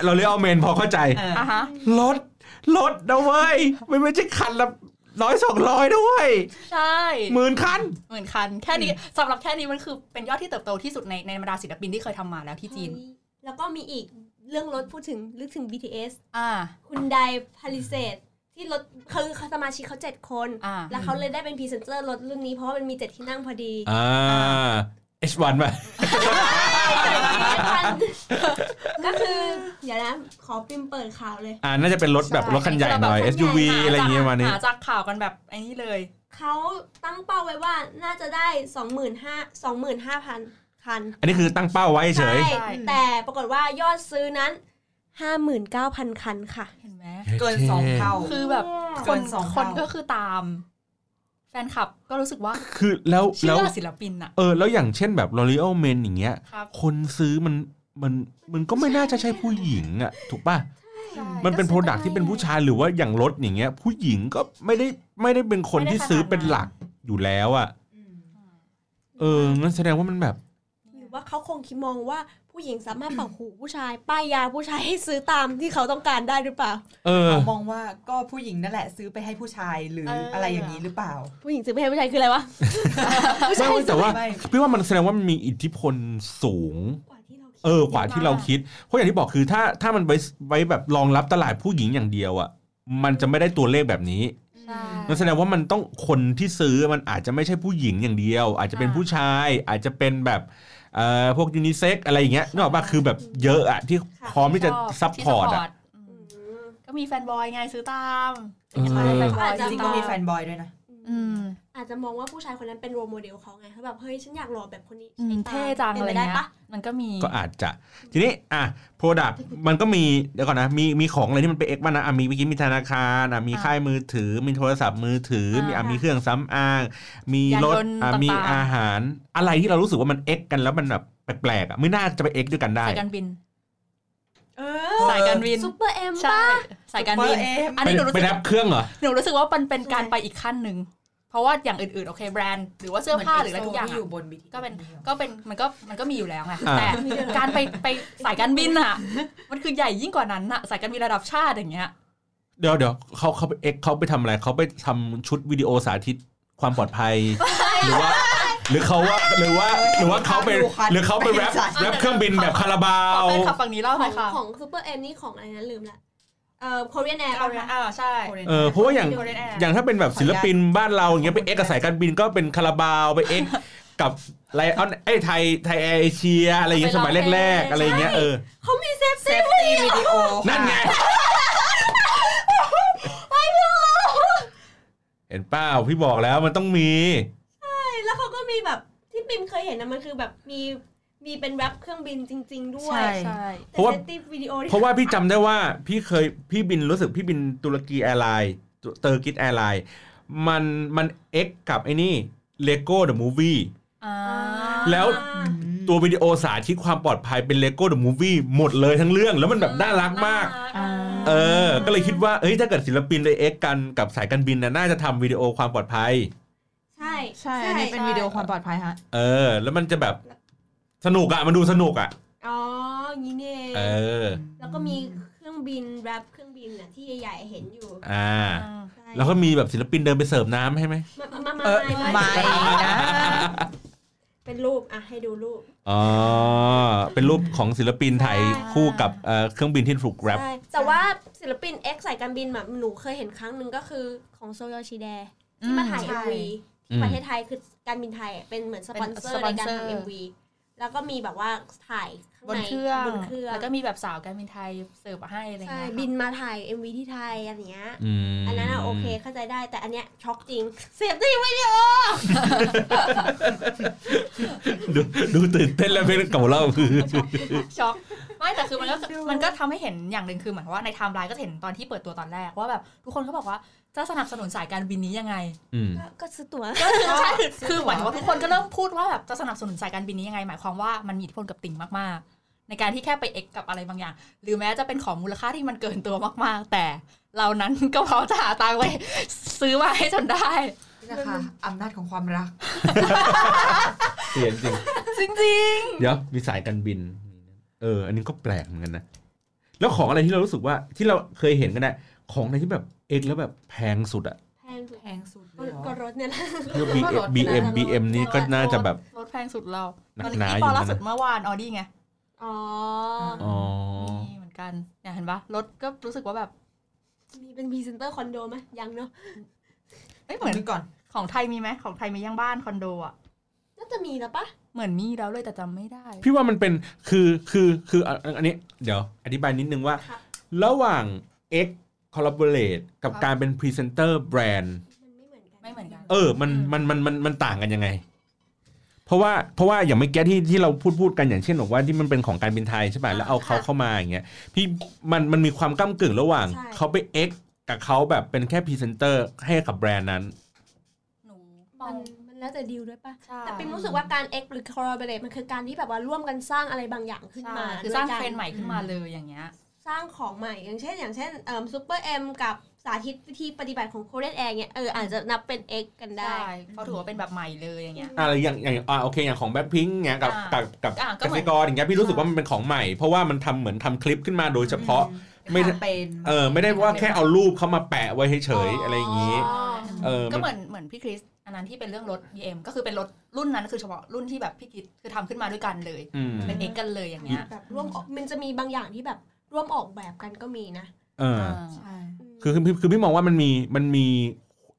S2: เราเรียกเอาเมนพอเข้าใจ
S4: เออ
S3: อ่ะฮะ
S2: ลดลดนะเว้ยมันไม่ใช่คันละร้อยสองร้อยนะเว้ย
S3: ใช่
S2: หมื่นคัน
S3: หมื่นคัน แค่นี้สำหรับแค่นี้มันคือเป็นยอดที่เติบโตที่สุดในในบรรดาศิลปินที่เคยทำมาแล้วที่จีน
S5: แล้วก็มีอีกเรื่องรถพูดถึงลึกถึง BTS
S3: อ่า
S5: คุณไดพาริเซตที่รถคือสมาชิกเขาเจ็ดคน
S3: อ่า
S5: แล้วเขาเลยได้เป็นพรีเซนเตอร์รถรุ่นนี้เพราะว่ามันมีเจ็ดที่นั่งพอดี
S2: อ่า H1 ป่ะ
S5: ก็คือ เดี๋ยวนะ ขอปิมเปิดข่าวเลย
S2: อ่า น่าจะเป็นรถแบบรถคันใหญ่หน่อย
S3: ช่
S2: SUV
S3: ห
S2: อะไรอย่างเงี้ยประมาณนี้
S3: หจากข่าวกันแบบไอ้นี่เลย
S5: เขาตั้งเป้าไว้ว่าน่าจะได้ 25 25,000 คัน
S2: อันนี้คือตั้งเป้าไว้เฉ
S5: ใช่
S2: ย
S3: ใช่
S5: แต่ปรากฏว่ายอดซื้อนั้น 59,000 คันค่ะ
S3: เห็นไหม
S4: เกินสองเท่า
S3: คือแบบค
S4: เกิ
S3: น
S4: นสอง
S3: คน
S4: เท่า
S3: ก็คือตาม แฟนคลับก็รู้สึกว่า
S2: คือแล้ว
S3: เชื่
S2: แล้ว
S3: อศิลปินอะ
S2: เออ แล้วอย่างเช่นแบบ L'Oreal Men อย่างเงี้ย
S3: ครับ
S2: คนซื้อมันมันมันก็ไม่น่าจะใช่ผู้หญิงอ่ะ ถูกป่ะ มันเป็นโปรดักที่เป็นผู้ชายหรือว่าอย่างรถอย่างเงี้ย ผู้หญิงก็ไม่ได้ไม่ได้เป็นคนที่ซื้อเป็นหลักอยู่แล้วอ่ะ เอองั้นแสดงว่ามันแบบ
S5: หรือว่าเขาคงคิดมองว่าผู้หญิงสามารถเป่าหูผู้ชาย ป้ายยาผู้ชายให้ซื้อตามที่เขาต้องการได้หรือเปล่า
S2: เออ
S4: เขามองว่าก็ผู้หญิงนั่นแหละซื้อไปให้ผู้ชายหรือ
S3: เอออ
S4: อะไรอย่างนี้หรือเปล่า
S5: ผู้หญิงซื้อไปให้ผู้ชายคืออะไรวะ ผู้
S2: ไม่
S5: ชาย
S2: เว้ยแต่ว่า
S4: ไม่
S2: พี่ว่ามันแสดงว่ามันมีอิทธิพลสูง
S5: กว่าที่เราคิด
S2: เออกว่าที่เราคิด เพราะอย่างที่บอกคือถ้าถ้ามันไว้ไว้แบบรองรับตลาดผู้หญิงอย่างเดียวอะ่ะ มันจะไม่ได้ตัวเลขแบบนี้
S3: ใช่
S2: นั่นแสดงว่ามันต้องคนที่ซื้อมันอาจจะไม่ใช่ผู้หญิงอย่างเดียว อาจจะเป็นผู้ชาย อาจจะเป็นแบบเอ่อพวกยูนิเซ็กอะไรอย่างเงี้ยนึกออกปะคือแบบเยอะอะที่พร้อมที่จะซัพพอร์ต
S3: ที่
S2: อะ
S3: support อื
S5: อื
S3: ม
S5: ม
S3: ก็มีแฟนบอยไงซื้อตาม
S2: เออ
S3: ใช่แฟนบอย
S5: อาจจะ
S4: จริงๆก็มีแฟนบอยด้วยนะ
S3: อืม
S5: อาจจะมองว่าผู้ชายคนนั้นเป็นโรลโมเดลเขาไงเขาแบบเฮ้ยฉันอยากหล่อแบบคนนี้
S3: อืม
S5: ใช้ตา
S3: เท่จัง
S5: ป็น
S3: อะไร
S5: ปด้
S3: เงี้
S5: ปะ
S3: ยมันก็มี
S2: ก็อาจจะ ทีนี้อ่ะ Product มันก็มีเดี๋ยวก่อนนะ มีมีของอะไรที่มันเป็นเอกบ้างนะอ่ะมีเมื่อกี้มีธนาคารอ่ะมีค่ายมือถือ มีโทรศัพท์มือถืออามีอ่ะ
S3: มี
S2: มีเครื่องซ้ำอาง มีรถ
S3: ยานยนต์
S2: อ่ะมี
S3: ต่างๆ
S2: อาหารอะไรที่เรารู้สึกว่ามันเอกกันแล้วมันแบบแปลกๆอ่ะไม่น่าจะไปเอกด้วยกันได้
S3: สายการบิน
S5: เอ
S3: สายการบิ
S5: อน ซูเปอร์เอ็ม
S3: ใช่สายการบิน
S4: Super M
S3: อัน
S2: ไป
S3: นี้หนูรู้
S2: ไป
S3: สึก
S2: รับเครื่องเหรอ
S3: หนูรู้สึกว่ามันเป็นการไปอีกขั้นหนึ่ง เพราะว่าอย่างอื่นๆ โอเคแบรนด์ หรือว่าเสื้อผ้าหรืออะไรทุกอย่าง
S4: ที่
S3: อะ
S4: อยู่บน BTS
S3: ก็เป็นก็เป็นมันก็มันก็มีอยู่แล้วไง
S2: อ่า
S3: แต่การไปไปสายการบินอ่ะ มันคือใหญ่ยิ่งกว่านั้นอ่ะสายการบินระดับชาติอย่างเงี้ย
S2: เดี๋ยวเดี๋ยวเขาเขาไปเอกเขาไปทำอะไรเขาไปทำชุดวิดีโอสาธิตความปลอด ภัย หรือว่า หรือเขาว่าหรือว่าหรือว่าเขาไปหรือเขาไปแรปแรปเครื่องบินแบบคาราบา
S3: ขอ
S2: ว
S3: แฟนคลับฝั่งนี้เล่า
S5: ข
S3: หน่
S5: อ
S3: อง ยค่ะ
S5: ของซูเปอร์เอ็มนี่ของอะไรนะลืมละเอ่อคเรียนแอร์
S3: เอาเนี่ยอ่าใช่
S2: เออเพราะว่าอย่าง
S3: โดเรนแอร์
S2: อย่างถ้าเป็นแบบศิลปินบ้านเราอย่างเงี้ยไปเอ็กกับสายการบินก็เป็นคาราบาวไปเอ็กกับไลออนไอ้ยไทยไทยแอร์เอเชียอะไรอย่างเงี้ยสมัยแรก ๆ อะไรอย่างเงี้ยเออ
S5: เขามีเซฟ
S4: เซฟตี้วิดีโอ
S2: นั่นไงเห็นเป้าพี่บอกแล้วมันต้องมี
S5: แล้วเขาก็มีแบบที่ปิมเคยเห็นนะมันคือแบบมีมีเป็นแรปเครื่องบินจริง ๆ ด้วย
S4: ใช่
S3: ใช่
S2: เพราะว่า
S5: เซฟตี้วิดีโอ
S2: เพราะว่าพี่จำได้ว่าพี่เคยพี่บินรู้สึกพี่บินตุรกีแอร์ไลน์เตอร์กิสแอร์ไลน์มันมันเอ็กกับไอ้นี่เลโก้เดอะมูฟวี่
S3: อ่า
S2: แล้ว ตัววิดีโอสาธิตความปลอดภัยเป็นเลโก้เดอะมูฟวี่หมดเลยทั้งเรื่องแล้วมันแบบน่ารักมาก
S3: อ่
S2: เออ ก็เลยคิดว่า เอ้ย ถ้าเกิดศิลปินไปเอ็กซ์กันกับสายการบินนะน่าจะทำวิดีโอความปลอดภัย
S5: ใช่
S4: ใช่อันนี้เป็นวิดีโอความปลอดภัยฮะ
S2: เออ แล้วมันจะแบบสนุกอะมันดูสนุกอะ
S5: อ๋ออย่างนี้นี่เอง
S2: เออ
S5: แล้วก็มีเครื่องบินแรปเครื่องบินน่ะที่ใหญ่ๆเห็นอยู่
S2: อ่า
S5: ใช่
S2: แล้วก็มีแบบศิลปินเดินไปเสิร์ฟน้ำให้ไหม
S5: มามามา
S4: เออ
S5: มา
S4: ไม่นะ
S5: เป็นรูปอ่ะให้ดูรูป
S2: อ๋อ เป็นรูปของศิลปินไทย
S5: ใช่
S2: คู่กับเอ่อเครื่องบินที่ถูกแรป
S5: ใช่แต่ว่าศิลปิน X สายการบินแบบหนูเคยเห็นครั้งหนึ่งก็คือของโซโยชิแดที่มาถ่าย
S4: ใช่
S5: MV
S2: อื
S5: ที่ป
S2: ม
S5: ระเทศไทยคือการบินไทยอ่ะเป็นเหมือนสปอนเซอร์
S3: เป็
S5: ใน
S3: นสปอน
S5: การ
S3: เซอร์
S5: ทำ MV แล้วก็มีแบบว่าถ่ายข้าง
S3: บน
S5: ใน
S3: เครื่อง
S5: บนเครื่อง
S3: แล้วก็มีแบบสาวการบินไทยเสิร์ฟให้อะไร
S5: ใช่
S3: เงี้ยค่ะ
S5: บินมาถ่าย MV ที่ไทยอะไรอย่างเงี้ย
S2: ม
S5: อันนั้นอะโอเคเข้าใจได้แต่อันเนี้ยช็อกจริง เสียบตีไม่ดี
S2: ดูดูตื่นเต้นแล้วเป็นกับเราคือ
S3: ช็อกไม่แต่ คือมันก็มันก็ทำให้เห็นอย่างหนึ่งคือเหมือนว่าในไทม์ไลน์ก็เห็นตอนที่เปิดตัวตอนแรกว่าแบบทุกคนก็บอกว่า จะสนับสนุนสายการบินนี้ยังไง
S2: อืม
S5: ก็ก็ซื้อตั๋ว
S3: ใช่คือหมายความว่าทุกคนก็เริ่มพูดว่าแบบจะสนับสนุนสายการบินนี้ยังไง หมายความว่ามันมีอิทธิพลกับติ่งมากๆ ในการที่แค่ไปเอ็กกับอะไรบางอย่าง หรือแม้จะเป็นของมูลค่าที่มันเกินตัวมากๆ แต่เรานั้นก็พร้อมจะหาตังค์ไปซื้อมาให้จนได้
S4: นี่นะคะอำนาจของความรัก
S2: เปลี่ยนจริง
S3: จริง
S2: เดี๋ยวมีสายการบิน เออ อันนี้ก็แปลกเหมือนกันนะ แล้วของอะไรที่เรารู้สึกว่าที่เราเคยเห็นกันนะของอะไรที่แบบเอกแล้วแบบแพงสุด อะ
S5: แพงสุด
S4: แพงสุดเลยเหรอ
S5: ก็ รถเนี่ยแหละ
S2: เพื่อ B M B M B M นี่ก็น่าจะแบบ
S3: ๆรถแพงสุดเรา
S2: หนัก
S3: ตอน
S2: หนาอ
S3: นี้
S2: ยู่
S3: ตอน
S2: นะ
S3: ล่าสุดเมื่อวานออดี้ไง
S5: อ๋อ
S2: อ๋อ
S3: นี่เหมือนกันเนี่ยเห็นปะรถก็รู้สึกว่าแบบ
S5: มีเป็นพรีเซนเตอร์คอนโดไหมยังเนาะ
S3: เอ้ยเห
S4: เหมื
S3: มื
S4: อ
S3: อน น
S4: ก่อน
S3: ของไทยมีไหมของไทยมียังบ้านคอนโดอ่ะ
S5: น่าจะมีแล้วปะ
S3: เหมือนมีแล้วเลยแต่จำไม่ได้
S2: พี่ว่ามันเป็นคือคือคืออ่ะอันนี้เดี๋ยว อธิบายนิดนึงว่า
S5: ค่ะ
S2: ระหว่าง X collaborate กับ
S3: ครับ
S2: การเป็นพรีเซนเตอร์แบรนด์
S5: มันไม่เหมือนกัน
S3: ไม่เหมือนกัน
S2: เออ มัน
S3: อืม
S2: มัน มัน มัน มันต่างกันยังไง เพราะว่า เพราะว่าอย่างเมื่อกี้ที่ที่เราพูดพูดกันอย่างเช่นบอกว่าที่มันเป็นของการบินไทยใช่ป่ะ แล้วเอาเขาเข้ามาอย่างเงี้ย พี่ มัน มันมีความก้ากึ่งระหว่างเขาไป X กับเขาแบบเป็นแค่พรีเซนเตอร์ให้กับแบรนด์นั้น
S3: หนูม
S5: มั
S3: อนง
S5: มันแล้วแต่ดีลด้วยปะ
S3: ใช่
S5: แต่ปิมรู้สึกว่าการ X หรือ collaborate มันคือการที่แบบว่าร่วมกันสร้างอะไรบางอย่างขึ้น
S3: ใช่
S5: มา
S3: คือสร้าง
S5: ด้วยกั
S3: เทรนด์ใหม่ขึ้นมาเลยอย่างเงี้ย
S5: สร้างของใหม่อย่างเช่น อย่างเช่นเอ่อซูเปอร์เอ็มกับสาธิตวิธีปฏิบัติของโคเรียนแอร์เนี่ยเอออาจจะนับเป็น X กันได้
S3: ใช่เขาถือว่าเป็นแบบใหม่เลยอย่างเงี้ย
S2: อ่าอย่าง อย่าง อ่า โอเค อย่างของแบ็คพิงค์เงี้ย กับ
S3: อ่า
S2: กับ กับ
S3: อ่าก็
S2: ก
S3: เหมื
S2: สิ
S3: อน
S2: กรอย่างเงี้ย พี่รู้สึกว่ามันเป็นของใหม่ เพราะว่ามันทำเหมือนทำคลิปขึ้นมาโดยเฉพาะ ไม่
S4: ไม่เป็น
S2: เออ ไม่ได้ว่าแค่เอารูปเขามาแปะไว้เฉยๆอะไรอย่างงี้
S5: อ๋อ
S2: เออ
S3: ก็
S2: มัน
S3: เหมือนเหมือนพี่คริสอันนั้นที่เป็นเรื่องรถ BM ก็คือเป็นรถรุ่นนั้นคือเฉพาะรุ่นที่แบบพี่คริสคือทำขึ้นมาด้วยกันเลย
S2: อืม
S3: เป็นเอกกันเลยอย่างเงี้ย
S5: แบบร่วมออกมันจะมีบางอย่างที่แบบร่วมออกแบบกันก็มีนะ
S2: เออ
S3: า
S4: ใช่
S5: ม
S2: คือคือคือพี่มองว่ามันมีมันมี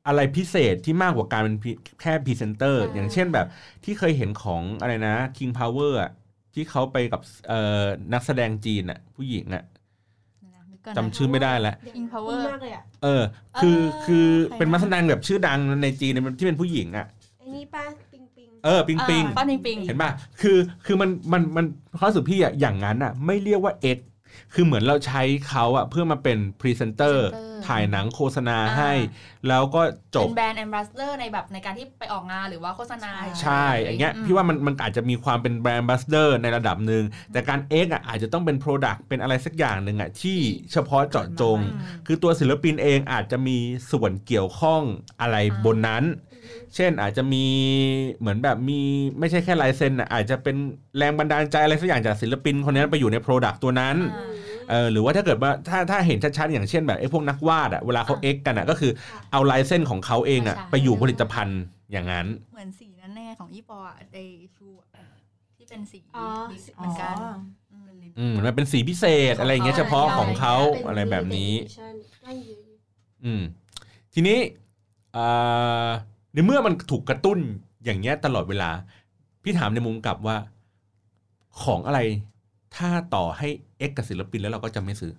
S2: อะไรพิเศษที่มากกว่าการเป็นพิแค่พรีเซนเตอร์ อย่างเช่นแบบที่เคยเห็นของอะไรนะ King Power อะที่เขาไปกับเอ่อนักแสดงจีนอะผู้หญิงอะ
S3: นึกก่นนะ
S2: จำชื่อไม่ได้แล้ว
S5: เดี๋ยว
S3: In Power
S5: คุ้นมากเลยอ่ะ
S2: เออ คือ
S3: เออ
S2: คือ
S3: ใครนะ
S2: เป็นนักแสดงแบบชื่อดังในจีนเนี่ยที่เป็นผู้หญิงอะ
S5: ไอ้นี่ป้าปิงปิง
S2: เออปิงปิง
S3: อ่าป้าปิงปิง
S2: เห็นป่ะคือคือมันมันมันข้อสุดพี่อะอย่างนั้นอะไม่เรียกว่าเอ็ดคือเหมือนเราใช้เขาอะเพื่อมาเป็นพรีเซนเตอร์
S3: presenter
S2: ถ่ายหนังโฆษณา
S3: อ่า
S2: ให้ แล้วก็จบ
S3: เป็นแบรนด์แอมบาสเดอร์ในแบบในการที่ไปออกงานหรือว่าโฆษณา
S2: ใช่อย่างเงี้ยพี่ว่ามันมันอาจจะมีความเป็นแบรนด์บัสเดอร์ในระดับหนึ่ง แต่การ X อ่ะอาจจะต้องเป็น Product เป็นอะไรสักอย่างหนึ่งอ่ะที่เฉพาะเจาะจง
S3: อืม
S2: คือตัวศิลปินเองอาจจะมีส่วนเกี่ยวข้องอะไร
S3: อ่า
S2: บนนั้น เช่นอาจจะมีเหมือนแบบมีไม่ใช่แค่ลายเซ็นอ่ะอาจจะเป็นแรงบันดาลใจอะไรสักอย่างจากศิลปินคนนั้นไปอยู่ใน Product ตัวนั้น
S3: อ่า
S2: เออหรือว่าถ้าเกิดว่าถ้าถ้าเห็นชัดๆอย่างเช่นแบบไอ้พวกนักวาดอ่ะเวลาเขาเอ็กกันอ่ะก็คือเอาลายเส้นของเขาเองอ่ะ
S3: ใช่
S2: ไปอยู่ผลิตภัณฑ์อย่างนั้น
S3: เหมือนสีนั้นแน่ของอีปออะไอชูอะที่เป็นสี
S5: อ๋อ
S3: ลิปเหมือนกันม
S2: อืมเหมือนมันเป็นสีพิเศษอะไรอย่างเงี้ย
S3: ใช่
S2: เฉพาะของเขา
S5: ป็น
S2: อะไรแบบนี้
S5: limitation ได้เยอะอยู่
S2: อืมทีนี้เอ่อในเมื่อมันถูกกระตุ้นอย่างเงี้ยตลอดเวลา พี่ถามในมุมกลับว่า ของอะไรถ้าต่อให้เอ็กกับศิลปินแล้วเราก็จะไม่ซื้อ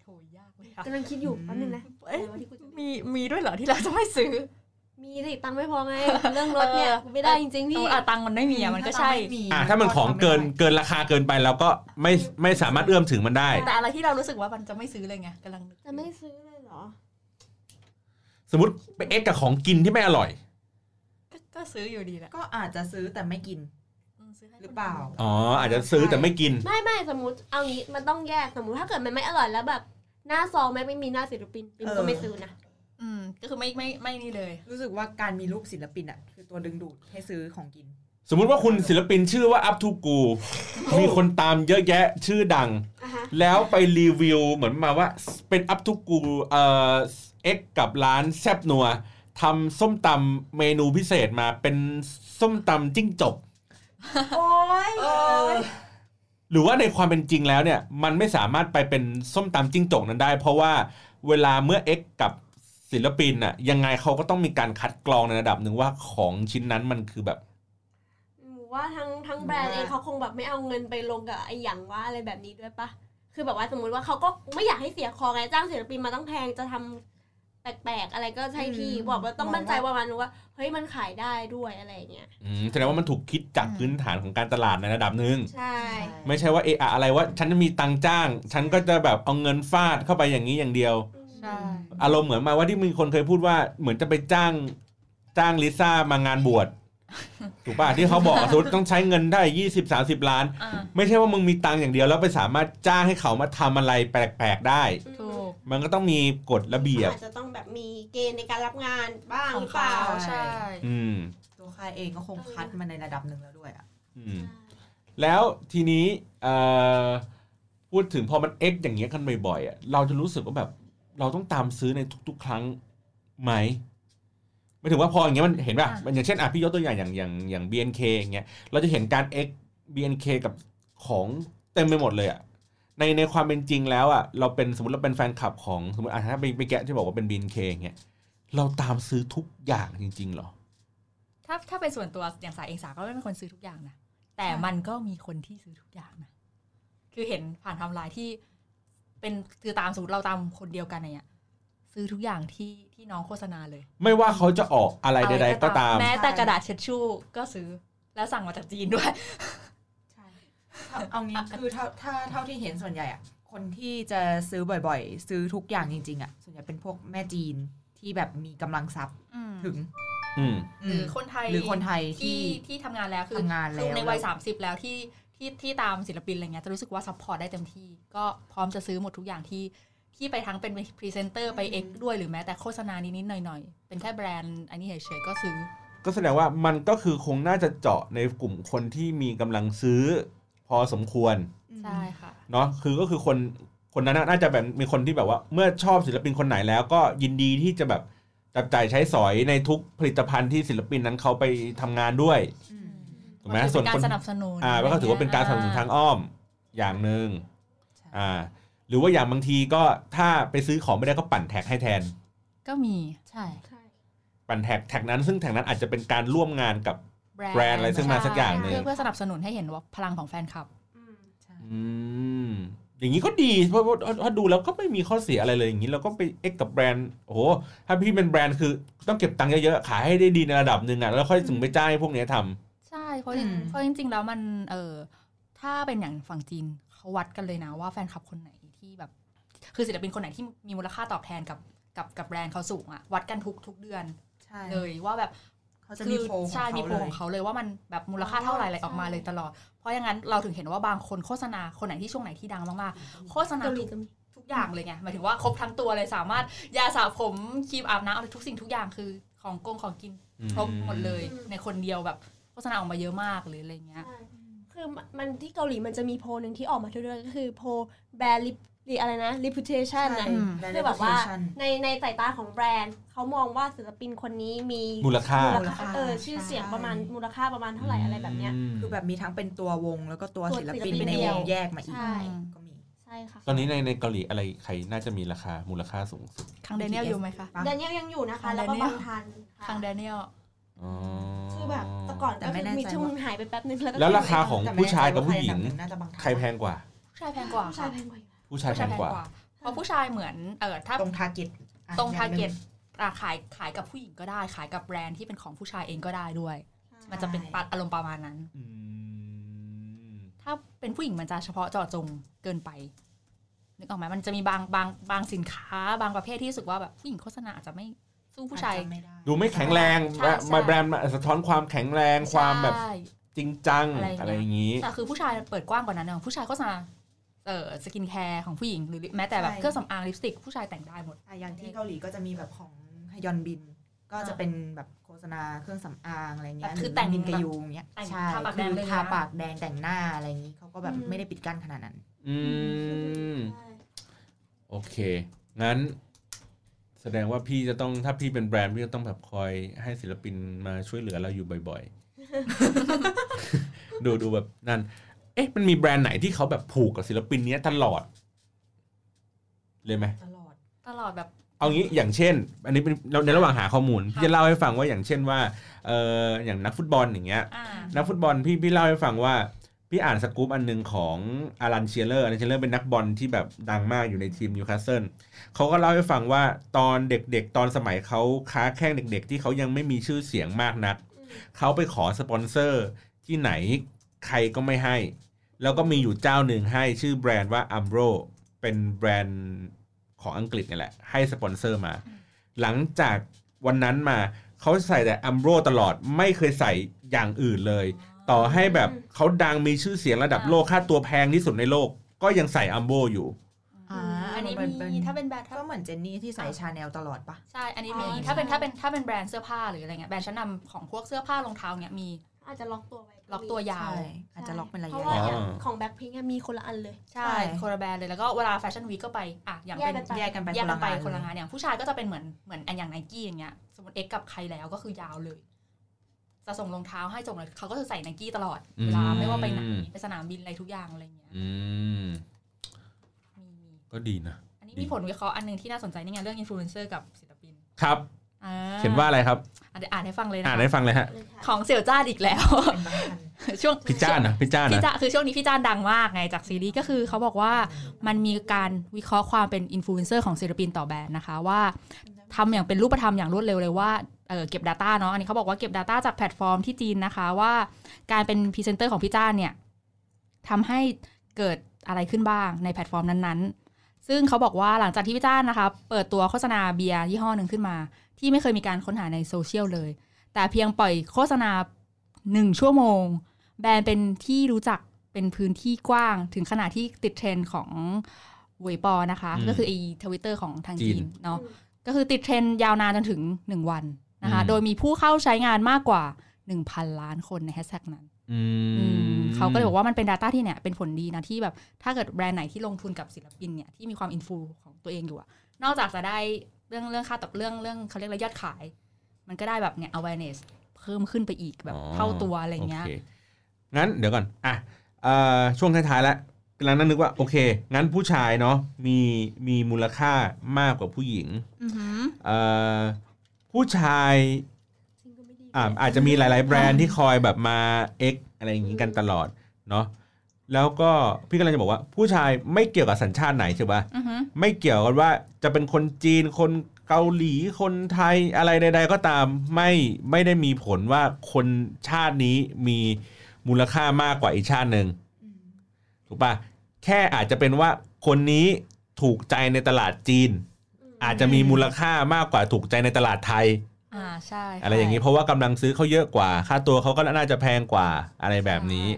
S3: โหยากเลยค่ะ
S5: กำลังคิดอยู่แป๊บนึงนะ
S3: เอ้ย
S5: อะไรวะที่กูจะ
S3: มีมีด้วยเหรอที่เราจะไม่ซื้อ
S5: มีสิตังค์ไม่พอ ไงเรื่องรถเนี่ยกูไม่ได้จริงๆพี่
S3: เอออะตังค์มันไม่มีอะมันก็ใช่
S2: อ่ะถ้ามันของเกินเกินราคาเกินไปเราก็ไม่ไม่สามารถเอื้อมถึงมันได้
S3: แต่อะไรที่เรารู้สึกว่ามันจะไม่ซื้อเลยไงกำลังนึก
S5: จะไม่ซื้อเลยเหรอ
S2: สมมติไปเอ็กกับของกินที่ไม่อร่อย
S3: ก็ก็ซื้ออยู่ดีแหละ
S4: ก็อาจจะซื้อแต่ไม่กิน
S3: อืมซื้ให้
S4: หรือเปล่า
S2: อ๋ออาจจะซื้อแต่ไม่กิน
S5: ไม่ไม่สมมติเอางี้มันต้องแยกสมมติถ้าเกิดมันไม่อร่อยแล้วแบบ หน้าซองไม่ไม่มีหน้าศิลปินปิม
S4: เออ
S5: ก็ไม่ซื้อนะ
S3: อืมก็คือไม่ไม่ไม่นี่เลย
S4: รู้สึกว่าการมีรูปศิลปินอ่ะ คือตัวดึงดูดให้ซื้อของกิน
S2: สมมุติว่าคุณศิลปินชื่อว่าอัพทูกูมีคนตามเยอะแยะชื่อดัง
S5: อ่ะฮะ
S2: แล้วไปรีวิวเหมือนมาว่าเป็นอัพทุกูเอ่อเอ็กกับร้านแซบนัวทำส้มตำเมนูพิเศษมาเป็นส้มตำจิ้งจก
S4: โอ้ย
S2: หรือว่าในความเป็นจริงแล้วเนี่ย มันไม่สามารถไปเป็นส้มตำจิ้งจกนั้นได้ เพราะว่าเวลาเมื่อเอ็กกับศิลปินน่ะยังไงเขาก็ต้องมีการคัดกรองในระดับหนึ่งว่าของชิ้นนั้นมันคือแบบ
S5: หนูว่าทั้งทั้งแบรนด์เองเขาคงแบบไม่เอาเงินไปลงกับไอ้อย่างว่าอะไรแบบนี้ด้วยปะคือแบบว่าสมมติว่าเขาก็ไม่อยากให้เสียคอไงจ้างศิลปินมาต้องแพงจะทำแปลกๆ อะไรก็ใช่ที่บอกว่าต้องมั่นใจว่ามันว่าเฮ้ยมันขายได้ด้วยอะไรอย่างเงี้ย
S2: อืมแสดงว่ามันถูกคิดจาก
S3: อืม
S2: พื้นฐานของการตลาดในระดับหนึ่ง
S5: ใช่
S2: ไม่ใช่ว่าเอะอะอะไรว่าฉันจะมีตังค์จ้าง ฉันก็จะแบบเอาเงินฟาดเข้าไปอย่างนี้อย่างเดียว
S5: อืม
S3: ใช่
S2: อารมณ์เหมือนมาว่าที่มีคนเคยพูดว่าเหมือนจะไปจ้างจ้างลิซ่ามางานบวชถูกป่ะที่เขาบอกสมมติต้องใช้เงินได้ยี่สิบสาสิบล้าน
S3: อ่า
S2: ไม่ใช่ว่ามึงมีตังค์อย่างเดียวแล้วไปสามารถจ้างให้เขามาทำอะไรแปลกๆได้
S3: ถูก
S2: มันก็ต้องมีกฎระเบียบ
S5: อาจจะต้องแบบมีเกณฑ์ในการรับงานบ้าง
S3: ของ
S5: หรือเป
S3: เขา
S5: ล่า
S3: ใช่
S2: อืม
S4: ตัวค่ายเองก็คงคัดมาในระดับหนึ่งแล้วด้วยอ่ะ
S2: อืม แล้วทีนี้เอ่อพูดถึงพอมันเอ็กอย่างเงี้ยกันบ่อยๆอ่ะเราจะรู้สึกว่าแบบ เราต้องตามซื้อในทุก ๆ ครั้งไหมไม่ถึงว่าพออย่างเงี้ยมันเห็นป่ะ
S3: อ่ะ
S2: มันอย่างเช่นอ่ะพี่ยกตัวอย่างอย่างอย่างอย่าง BNK อย่างเงี้ยเราจะเห็นการ X BNK กับของเต็มไปหมดเลยอ่ะในในความเป็นจริงแล้วอ่ะเราเป็นสมมติเราเป็นแฟนคลับของสมมติอ่ะถ้าไปไปแกะที่บอกว่าเป็น BNK อย่างเงี้ยเราตามซื้อทุกอย่างจริงๆเหรอ
S3: ถ้าถ้าเป็นส่วนตัวอย่างสายเองสาก็ไม่เป็นคนซื้อทุกอย่างนะแต่มันก็มีคนที่ซื้อทุกอย่างนะคือเห็นผ่านไทำลายที่ เป็นคือตามสมมติเราตามคนเดียวกันเนี่ยซื้อทุกอย่างที่ที่น้องโฆษณาเลย
S2: ไม่ว่าเขาจะออกอะไรใด ๆ ก็ตาม
S3: แม้แต่กระดาษเช็ดชู่ก็ซื้อแล้วสั่งมาจากจีนด้วย
S4: เอาเอางี้ คือเท่าถ้าเท่าที่เห็นส่วนใหญ่อ่ะคนที่จะซื้อบ่อยๆ ซื้อทุกอย่างจริงๆอ่ะส่วนใหญ่เป็นพวกแม่จีนที่แบบมีกำลังทรัพย์ถึง
S2: อืม
S3: หรือคนไทย
S4: หรือคนไทยที่
S3: ที่ที่ทำงานแล้วคือ
S4: ทำงานแล้ว
S3: คือในวัย
S4: แล้ว
S3: 30 แล้วที่ที่ที่ตามศิลปินอะไรเงี้ยจะรู้สึกว่าซัพพอร์ตได้เต็มที่ ก็พร้อมจะซื้อหมดทุกอย่างที่ที่ไปทั้งเป็นพรีเซนเตอร์ไปเอกด้วยหรือแม้แต่โฆษณานิดๆหน่อยๆ เป็นแค่แบรนด์อันนี้เฉยๆก็ซื้อ
S2: ก็แสดงว่ามันก็คือคงน่าจะเจาะในกลุ่มคนที่มีกำลังซื้อพอสมควร
S3: ใช่ค่ะ
S2: เนาะคือก็คือคนคนนั้นน่ะน่าจะแบบมีคนที่แบบว่า เมื่อชอบศิลปินคนไหนแล้วก็ยินดีที่จะแบบจับจ่ายใช้สอยในทุกผลิตภัณฑ์ที่ศิลปินนั้นเขาไปทำงานด้วย
S4: อืม
S2: ถูกไหม
S3: ก็คือ
S2: ส่วน
S3: เป็น
S2: คน
S3: การสนับสนุน
S2: อ่าก็ถือว่าเป็นการสนับสนุนทางอ้อมอย่างหนึ่ง
S4: ใช่
S2: อ่า หรือว่าอย่างบางทีก็ถ้าไปซื้อของไม่ได้ก็ปั่นแท็กให้แทน
S3: ก็มีใช่
S5: ใช่
S2: ปั่นแท็กแท็กนั้นซึ่งแท็กนั้นอาจจะเป็นการร่วมงานกับ แบรนด์อะไรซึ่งมาสักอย่างหนึ่ง
S3: เพื่อเพื่อสนับสนุนให้เห็นว่าพลังของแฟนคลับ
S4: ใช่
S2: อืมอย่างนี้ก็ดีเพราะว่าถ้าดูแล้วก็ไม่มีข้อเสียอะไรเลยอย่างนี้เราก็ไปเอ็กกับแบรนด์โอ้โหถ้าพี่เป็นแบรนด์คือต้องเก็บตังค์เยอะๆขายให้ได้ดีในระดับหนึ่งอ่ะแล้วค่อยถึงไปจ้างให้พวกเนี้ยทำ
S3: ใช่เพราะจริงเพราะจริงๆแล้วมันเออถ้าเป็นอย่างฝั่งจีนเขาวัดกันเลยนะว่าแฟนคลับคนไหนที่แบบ คือศิลปินคนไหนที่มีมูลค่าตอบแทนกับกับกับแบรนด์เขาสูงอะวัดกันทุกทุกเดือน
S4: ใช่
S3: เลยว่าแบบ
S4: เขาจะมีโพลของ
S3: ใช่มีโพล
S4: เล
S3: ข
S4: ย
S3: องเขาเลยว่ามันแบบมูลค่าเท่าไหร่อะไรออกมาเลยตลอด เพราะอย่างนั้นเราถึงเห็นว่าบางคนโฆษณาคนไหนที่ช่วงไหนที่ดังมากๆโฆษณา
S5: เกาหลี
S3: ทุก
S5: ก็มี
S3: ทุกอย่างเลยไงหมายถึงว่าครบทั้งตัวเลยสามารถยาสระผมครีมอาบน้ำอะไรทุกสิ่งทุกอย่างคือของกงของกิน ครบหมดเลย
S5: อืม
S3: ในคนเดียวแบบโฆษณาออกมาเยอะมากหรืออะไรเงี้ย
S5: ใช่คือมันที่เกาหลีมันจะมีโพลหนึ่งที่ออกมาทุกเดือนก็คือโพลแบรนด์ลิปหรืออะไรนะ reputation
S4: ใช่
S5: นะ
S3: อืม
S5: คือแบบว่าในในสายตาของแบรนด์เขามองว่าศิลปินคนนี้มี
S2: มูลค่า
S5: ลค่าเออชื่อเสียงประมาณมูลค่าประมาณเท่าไหร่อะไรแบบเนี้ย
S4: คือแบบมีทั้งเป็นตัววงแล้วก็ตัวศิลปิน
S5: ตัวศิลปิน
S4: ใน
S5: เดี่
S4: ว
S5: ยว
S4: งแยกมาอีก
S5: ใช่
S4: ก็มี
S5: ใช่ค่ะ
S2: ตอนนี้ในในเกาหลีอะไรใครน่าจะมีราคามูลค่าสูงสุด
S3: คังเดเนียล
S4: BTS
S3: อยู่ไหมคะ
S4: ปะ
S5: แดเนียลยังอยู่นะคะ
S3: ค่ะ
S5: แล้วก็
S3: Daniel
S5: บางทันค่ะ
S3: คังเดเนียล
S2: อ๋อ
S5: คือแบบแต่ก่อน
S4: แต่
S5: ก็คื
S4: ไม่
S5: อ
S4: แน่ใจ
S5: มีช่วง
S4: ว่า
S5: นึงหายไปแป๊บนึงแล้วก็
S2: แล้วราคาของผู้ชายกับผู้หญิง
S4: น่าจะบาง
S2: ใครแพงกว่า
S3: ผู้ชายแพงกว่า
S5: ผู้ชา
S3: ค่ะ
S5: ยแพงกว่าอ
S2: ผู้ชายแพงก
S5: ยู่
S2: ว่า
S3: เพราะผู้ชายเหมือนเออถ้า
S4: ตรงทาร์เก็ต
S3: ตรงทาร์เก็ตขายขายกับผู้หญิงก็ได้ ขายกับแบรนด์ที่เป็นของผู้ชายเองก็ได้ด้วย มันจะเป็นปัดอารมณ์ประมาณนั้น
S2: อืม
S3: ถ้าเป็นผู้หญิงมันจะเฉพาะเจาะจงเกินไปนึกออกไหมมันจะมีบางบางบางสินค้า บางประเภทที่รู้สึกว่าแบบผู้หญิงโฆษณาอาจจะไม่สู้ผู้ชาย
S2: ดูไม่แข็งแรง
S3: ใช่
S2: แบบ
S3: ใช่
S2: แบรนด์สะท้อนความแข็งแรงความแบบ
S3: ใช่
S2: จริงจัง
S3: อะไรอย่างเงี้ย
S2: อะไรอย่างนี้
S3: แต่คือผู้ชายเปิดกว้างกว่านั้นนะผู้ชายโฆษณาเอ่อสกินแคร์ของผู้หญิงหรือแม้แต่แบบเครื่องสำอางลิปสติกผู้ชายแต่งได้หมด
S4: อ่ะอย่างที่เกาหลีก็จะมีแบบของฮยอนบิน ก็จะเป็นแบบโฆษณาเครื่องสำอางอะไรเงี้ย
S3: แบบคือแต่ง
S4: หรืบินกระยูงเงี้ย
S3: แต่ง
S4: ใช่
S3: ทาปากแดง
S4: คือ
S3: เลยนะ
S4: ทาปากแดงแต่งหน้าอะไรอย่างงี้เขาก็แบบ
S5: อืม
S4: ไม่ได้ปิดกั้นขนาดนั้น
S2: อืม
S5: ใช่
S2: โอเค งั้น แสดงว่าพี่จะต้องถ้าพี่เป็นแบรนด์พี่จะต้องแบบคอยให้ศิลปินมาช่วยเหลือเราอยู่บ่อยๆ ดูดูแบบนั่น เอ๊ะ มันมีแบรนด์ไหนที่เขาแบบผูกกับศิลปินเนี้ยตลอด เลยไหม
S4: ตลอด
S3: ตลอดแบบ
S2: เอางี้อย่างเช่น อันนี้เป็นในระหว่างหาข้อมูลพี่จะเล่าให้ฟังว่าอย่างเช่นว่าเอออย่างนักฟุตบอลอย่างเงี้ย
S3: อ่า
S2: นักฟุตบอลพี่พี่เล่าให้ฟังว่า พี่อ่านสกู๊ปอันหนึ่งของอารันเชียเลอร์อารันเชียเลอร์เป็นนักบอลที่แบบดังมากอยู่ในทีมนิวคาสเซิลเขาก็เล่าให้ฟังว่าตอนเด็กๆ ตอนสมัยเขาค้าแข้งเด็ก ๆ ที่เขายังไม่มีชื่อเสียงมากนัก
S5: อืม
S2: เขาไปขอสปอนเซอร์ที่ไหนใครก็ไม่ให้ แล้วก็มีอยู่เจ้าหนึ่งให้ชื่อแบรนด์ว่าอัมโบรเป็นแบรนด์ ของอังกฤษเนี่ยแหละ ให้สปอนเซอร์มา หลังจากวันนั้นมาเขาใส่แต่อัมโบรตลอดไม่เคยใส่อย่างอื่นเลย ต่อให้แบบเขาดังมีชื่อเสียงระดับโลกค่าตัวแพงที่สุดในโลก ก็ยังใส่อัมโบอยู่
S4: อ่า
S3: อันนี้
S4: เป็เป็
S3: มีถ้าเป็นแบรนด์ถ้า
S4: ก็เหมือนเจนนี่ที่ใส่ชาแนลตลอดปะ
S3: ใช่อันนี้มี
S5: อ๋อ
S3: ถ้าเป็นถ้าเป็นถ้าเป็นแบรนด์เสื้อผ้าหรืออะไรเงี้ยแบรนด์ชั้นนำของพวกเสื้อผ้ารองเท้าเนี้ยมี
S5: อาจจะล็อกตัวไว้
S3: ล็อกตัวยาว
S4: ใช่อาจจะล็อกเป็นระ
S5: เพราะ
S4: ยะ
S5: ว่า
S2: อ๋ออ
S5: ย่างของแบ็คพิงมีคนละอันเลย
S3: ใช่
S4: ใช่
S3: โคลาแบรนด์เลยแล้วก็เวลาแฟชั่นวีคก็ไปอ่ะอย่าง
S5: แย
S3: เป็
S5: ก
S3: น
S5: กันไป
S4: แยกกันไป
S3: แยกกันไป
S4: ค
S3: คน
S4: น
S3: ละงาง
S4: ละาน
S3: นอย่างผู้ชายก็จะเป็นเหมือนเหมือนอันอย่างไนกี้อย่างเงี้ยสมมติเอ็กกับใครแล้วก็คือยาวเลย จะส่งรองเท้าให้ส่งอะไรเขาก็จะใส่ไนกี้ตลอดเวลา
S2: อืม
S3: ไม่ว่าไปไหนไปสนามบินอะไรทุกอย่างอะไรเงี้ย
S2: อืม
S3: มีมี
S2: ก็ดีนะ
S3: อันนี้มี
S2: ดี
S3: ผลวิเคราะห์อันหนึงที่น่าสนใจนี่ไงเรื่องอินฟลูเอนเซอร์กับศิลปิน
S2: ครับ
S3: อ่
S2: เขียนว่าอะไรครับ
S3: อ่ะเดี๋ยวอ่านให้ฟังเลยนะ
S2: อ่าน
S3: คะ
S2: ให้ฟังเลยฮะ
S5: เลยค่ะ
S3: ของเสี่ยวจ้านอีกแล้ว
S4: เป็นบ้าน
S3: ช่วง
S2: พี่จ้านนะพี่จ้านนะ
S3: พี่จ้าคือช่วงนี้พี่จ้านดังมากไงจากซีรีส์ก็คือเขาบอกว่ามันมีการวิเคราะห์ความเป็นอินฟลูเอนเซอร์ของศิลปินต่อแบรนด์นะคะ ว่าทำอย่างเป็นรูปธรรมอย่างรวดเร็วเลยว่าเออเก็บ Data เนาะอันนี้เขาบอกว่าเก็บ Data จากแพลตฟอร์มที่จีนนะคะว่าการเป็นพรีเซนเตอร์ของพี่จ้านเนี่ยทำให้เกิดอะไรขึ้นบ้างในแพลตฟอร์มนั้นๆ ซึ่งเขาบอกว่าหลังจากที่พี่จ้านนะคะเปิดตัวโฆษณาเบียร์ยี่ห้อหนึ่งขึ้นมา ที่ไม่เคยมีการค้นหาในโซเชียลเลย แต่เพียงปล่อยโฆษณาหนึ่งชั่วโมง แบรนด์เป็นที่รู้จักเป็นพื้นที่กว้างถึงขนาดที่ติดเทรนด์ของเวยปอนะคะ ก็คือไอทวิตเตอร์ของทางจีนเนาะ ก็คือติดเทรนด์ยาวนานจนถึง 1 วันนะคะ โดยมีผู้เข้าใช้งานมากกว่า 1,000 ล้านคนในแฮชแท็กนั้น
S2: อืม
S3: อืมเขาก็เลยบอกว่ามันเป็น Data ที่เนี่ยเป็นผลดีนะ ที่แบบถ้าเกิดแบรนด์ไหนที่ลงทุนกับศิลปินเนี่ยที่มีความอินฟูของตัวเองอยู่อะนอกจากจะได้เรื่องเรื่องค่าตอบเรื่องเรื่องเขาเรียกอะไรยอดขาย มันก็ได้แบบเนี่ย awareness เพิ่มขึ้นไปอีกแบบ
S2: อ๋อ
S3: เท่าตัวอะไรเงี้ย
S2: โคงั้นเดี๋ยวก่อน อ่ะเอ่อช่วงท้ายๆแล้วกำลังนั่งนึกว่าโอเค งั้นผู้ชายเนาะมีมีมูลค่ามากกว่าผู้หญิง
S3: อือหือ
S2: เอ่อผู้ชาย
S5: จริงก็ไม่ดี
S2: อ่ะอาจจะมีหลาย ๆ แบรนด์ที่คอยแบบมาเอ็กอะไรอย่างนี้กันตลอดเนาะแล้วก็พี่กำลังจะบอกว่าผู้ชายไม่เกี่ยวกับสัญชาติไหนใช่ปะ
S3: อือหือ
S2: ไม่เกี่ยวกันว่าจะเป็นคนจีนคนเกาหลีคนไทยอะไรใด ๆ ก็ตามไม่ไม่ได้มีผลว่าคนชาตินี้มีมูลค่ามากกว่าอีกชาติหนึ่ง ถูกปะแค่อาจจะเป็นว่าคนนี้ถูกใจในตลาดจีน อาจจะมีมูลค่ามากกว่าถูกใจในตลาดไทย
S3: อ่าใช่
S2: อะไรอย่างนี้เพราะว่ากำลังซื้อเขาเยอะกว่า ค่าตัวเขาก็น่าจะแพงกว่าอะไรแบบนี้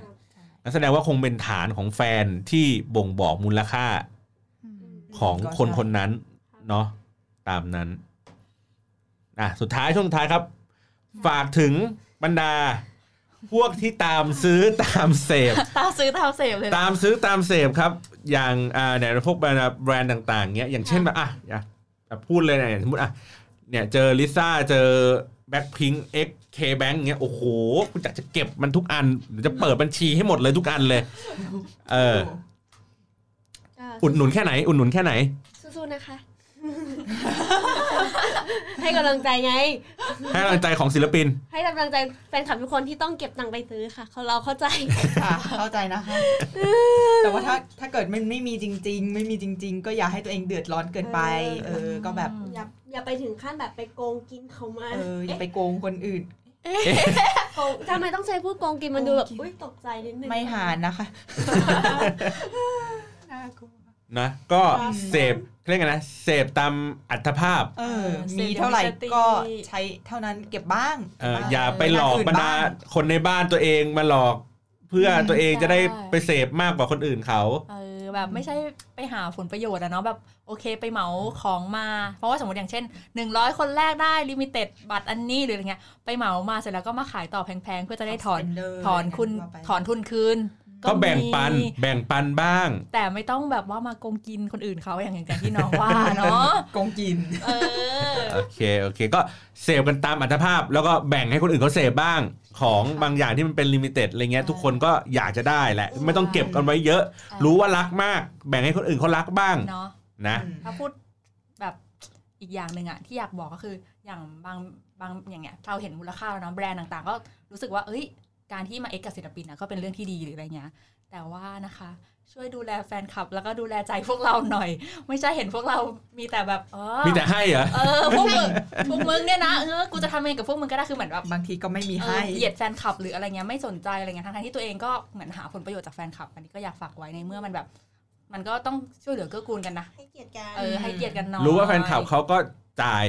S2: นั่นแสดงว่าคงเป็นฐานของแฟนที่บ่งบอกมูลค่า
S3: อืม
S2: ของ
S4: ก็ใช่
S2: คนคนนั้นเนาะตามนั้นอ่ะสุดท้ายช่วงสุดท้ายครับ ฝากถึงบรรดา พวกที่ตามซื้อตามเสพ
S3: ตามซื้อตามเสพเลยนะ
S2: ตามซื้อตามเสพครับ อย่างอ่าเนี่ยพวกแบรนด์แบรนด์ต่างๆเงี้ยอย่างเช่นแบบอ่ะอย่าแบบพูดเลยนะอย่างสมมติอ่ะเนี่ยเจอลิซ่าเจอแบ็คพิงเอ็กเคแบงเงี้ยโอ้โหกูอยากจะเก็บมันทุกอันเดี๋ยวจะเปิดบัญชีให้หมดเลยทุกอันเลย เออ อุดหนุนแค่ไหน อุดหนุนแค่ไหน
S5: สู้ๆนะคะ ให้กำลังใจไง
S2: ให้กำลังใจของศิลปิน
S5: ให้กำลังใจแฟนคลับทุกคนที่ต้องเก็บตังค์ไปซื้อค่ะเขาเราเข้าใจ
S4: ค่ะเข้าใจนะคะ แต่ว่าถ้าถ้าเกิดมันไม่มีจริง ๆ ไม่มีจริง ๆ ก็อย่าให้ตัวเองเดือดร้อนเกินไป เออ ก็แบบ
S5: อย่าอย่าไปถึงขั้นแบบไปโกงกินเขามา
S4: เออ อย่าไปโกงคนอื่น
S5: โกงทำไมต้องใช้พูดโกงกินมันดูแบบ
S4: โกงกิน
S5: อุ้ยตกใจนิดนึง
S4: ไม่หานนะคะน่ากลัว
S2: นะก็เสพเรียกไงนะเสพตามอัตภาพ
S4: เออ มีเท่าไหร่ก็ใช้เท่านั้นเก็บบ้าง
S2: เอออย่าไปหลอกบรรดาคนในบ้านตัวเองมาหลอก เพื่อตัวเองจะได้ไปเสพมากกว่าคนอื่นเขา
S3: เออแบบไม่ใช่ไปหาผลประโยชน์อะเนาะแบบโอเคไปเหมาของมา เพราะว่าสมมติอย่างเช่น 100 คนแรกได้ลิมิเต็ดบัตรอันนี้หรืออะไรเงี้ยไปเหมามาเสร็จแล้วก็มาขายต่อแพงๆ เพื่อจะได้ถอน
S4: เดิ
S3: ถอนคุณ
S4: ว่าไป
S3: ถอนทุนคืน
S2: ก็แบ่ง
S3: มี
S2: ปันแบ่งปันบ้าง
S3: แต่ไม่ต้องแบบว่ามาโกงกินคนอื่นเขาอย่างอย่างที่น้องว่าเนาะ
S4: โกงกิน
S3: เออ
S2: โอเค โอเค ก็เสพกันตามอัตภาพ แล้วก็แบ่งให้คนอื่นเขาเสพบ้างของบางอย่างที่มันเป็นลิมิเต็ดอะไรเงี้ย
S3: ใช่
S2: ทุกคนก็อยากจะได้แหละ ไม่ต้องเก็บกันไว้เยอะ
S3: ช่
S2: รู้ว่ารักมาก แบ่งให้คนอื่นเขารักบ้าง
S3: เนาะ
S2: นะ
S3: ถ้าพูดแบบอีกอย่างหนึ่งอะที่อยากบอกก็คืออย่างบางบางอย่างเงี้ยเราเห็นมูลค่าแล้วเนาะแบรนด์ต่างๆ ก็รู้สึกว่าเอ้ย การที่มาเอ็กกับศิลปินอะก็เป็นเรื่องที่ดีหรืออะไรเงี้ยแต่ว่านะคะ ช่วยดูแลแฟนคลับ แล้วก็ดูแลใจพวกเราหน่อย ไม่ใช่เห็นพวกเรามีแต่แบบเออ
S2: มีแต่ให้เหรอ
S3: เออพวกมึงพวกมึงเนี่ยนะเออกูจะทำเองกับพวกมึงก็ได้คือเหมือนแบบ
S4: บางทีก็ไม่มี
S3: เอ
S4: ให้
S3: อเหยียดแฟนคลับหรืออะไรเงี้ยไม่สนใจอะไรเงี้ยทั้งๆที่ตัวเองก็เหมือนหาผลประโยชน์จากแฟนคลับอันนี้ก็อยากฝากไว้ในเมื่อมันแบบ มันก็ต้องช่วยเหลือเกื้อกูลกันนะ
S5: ให้เกียรติกัน
S3: เออให้เกียรติกันหน่อย
S2: รู้ว่าแฟนคลับเขาก็จ่าย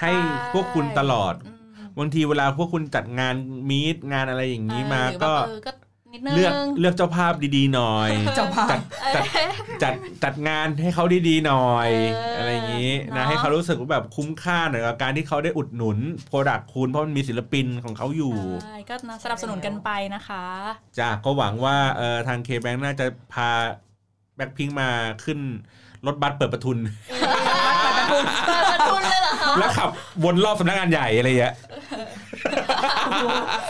S2: ให้พวกคุณตลอด
S3: อืม
S2: บางทีเวลาพวกคุณจัดงานมีดงานอะไรอย่างนี้มา
S3: เออหรือ
S2: ก็
S3: แบบเออก็นิดนึง
S2: เลือกเลือกเจ้าภาพดีๆหน่อย
S4: เจ้าภาพ
S2: จัดจัด จัดจัดงานให้เขาดีๆหน่อย อะไรอย่างนี้นะให้เขารู้สึกว่าแบบคุ้มค่าหน่อยกับการที่เขาได้อุดหนุนโปรดักคุณเพราะมันมีศิลปินของเขาอยู่
S3: ใช่ก็นะสนับสนุนกันไปนะคะ
S2: จ้ะก็หวังว่าเออทางเคแบงน่าจะพาแบ็คพิงมาขึ้นรถบัสเปิดประทุน
S5: เปิดประทุนเลยเหรอคะ
S2: แล้วขับวนรอบสำนักงานใหญ่อะไรอย่างเงี้ย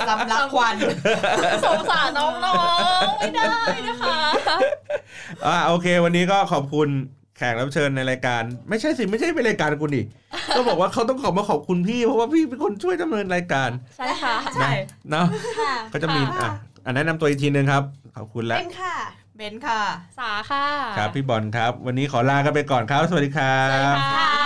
S4: ลำลักควัน
S5: สงสารน้องๆไม่ได้นะคะ
S2: อ่าโอเค วันนี้ก็ขอบคุณแขกรับเชิญในรายการ ไม่ใช่สิไม่ใช่เป็นรายการคุณดิก็บอกว่าเขาต้องขอมาขอบคุณพี่ เพราะว่าพี่เป็นคนช่วยดำเนินรายการ
S3: ใช่ค่ะ
S4: ใช่
S2: นะเนาะ
S5: ค่ะ
S2: ก็จะมี
S4: ค่ะ
S2: อ่ะอันแนะนำตัวอีกทีนึงครับ ขอบคุณแล้ว
S5: เป็นค่ะ
S4: เบนค่ะ
S3: สาค่ะ
S2: ครับพี่บอลครับ วันนี้ขอลากันไปก่อนครับ สวัสดีครั
S3: สวัสดี
S2: บ
S3: ค่ะ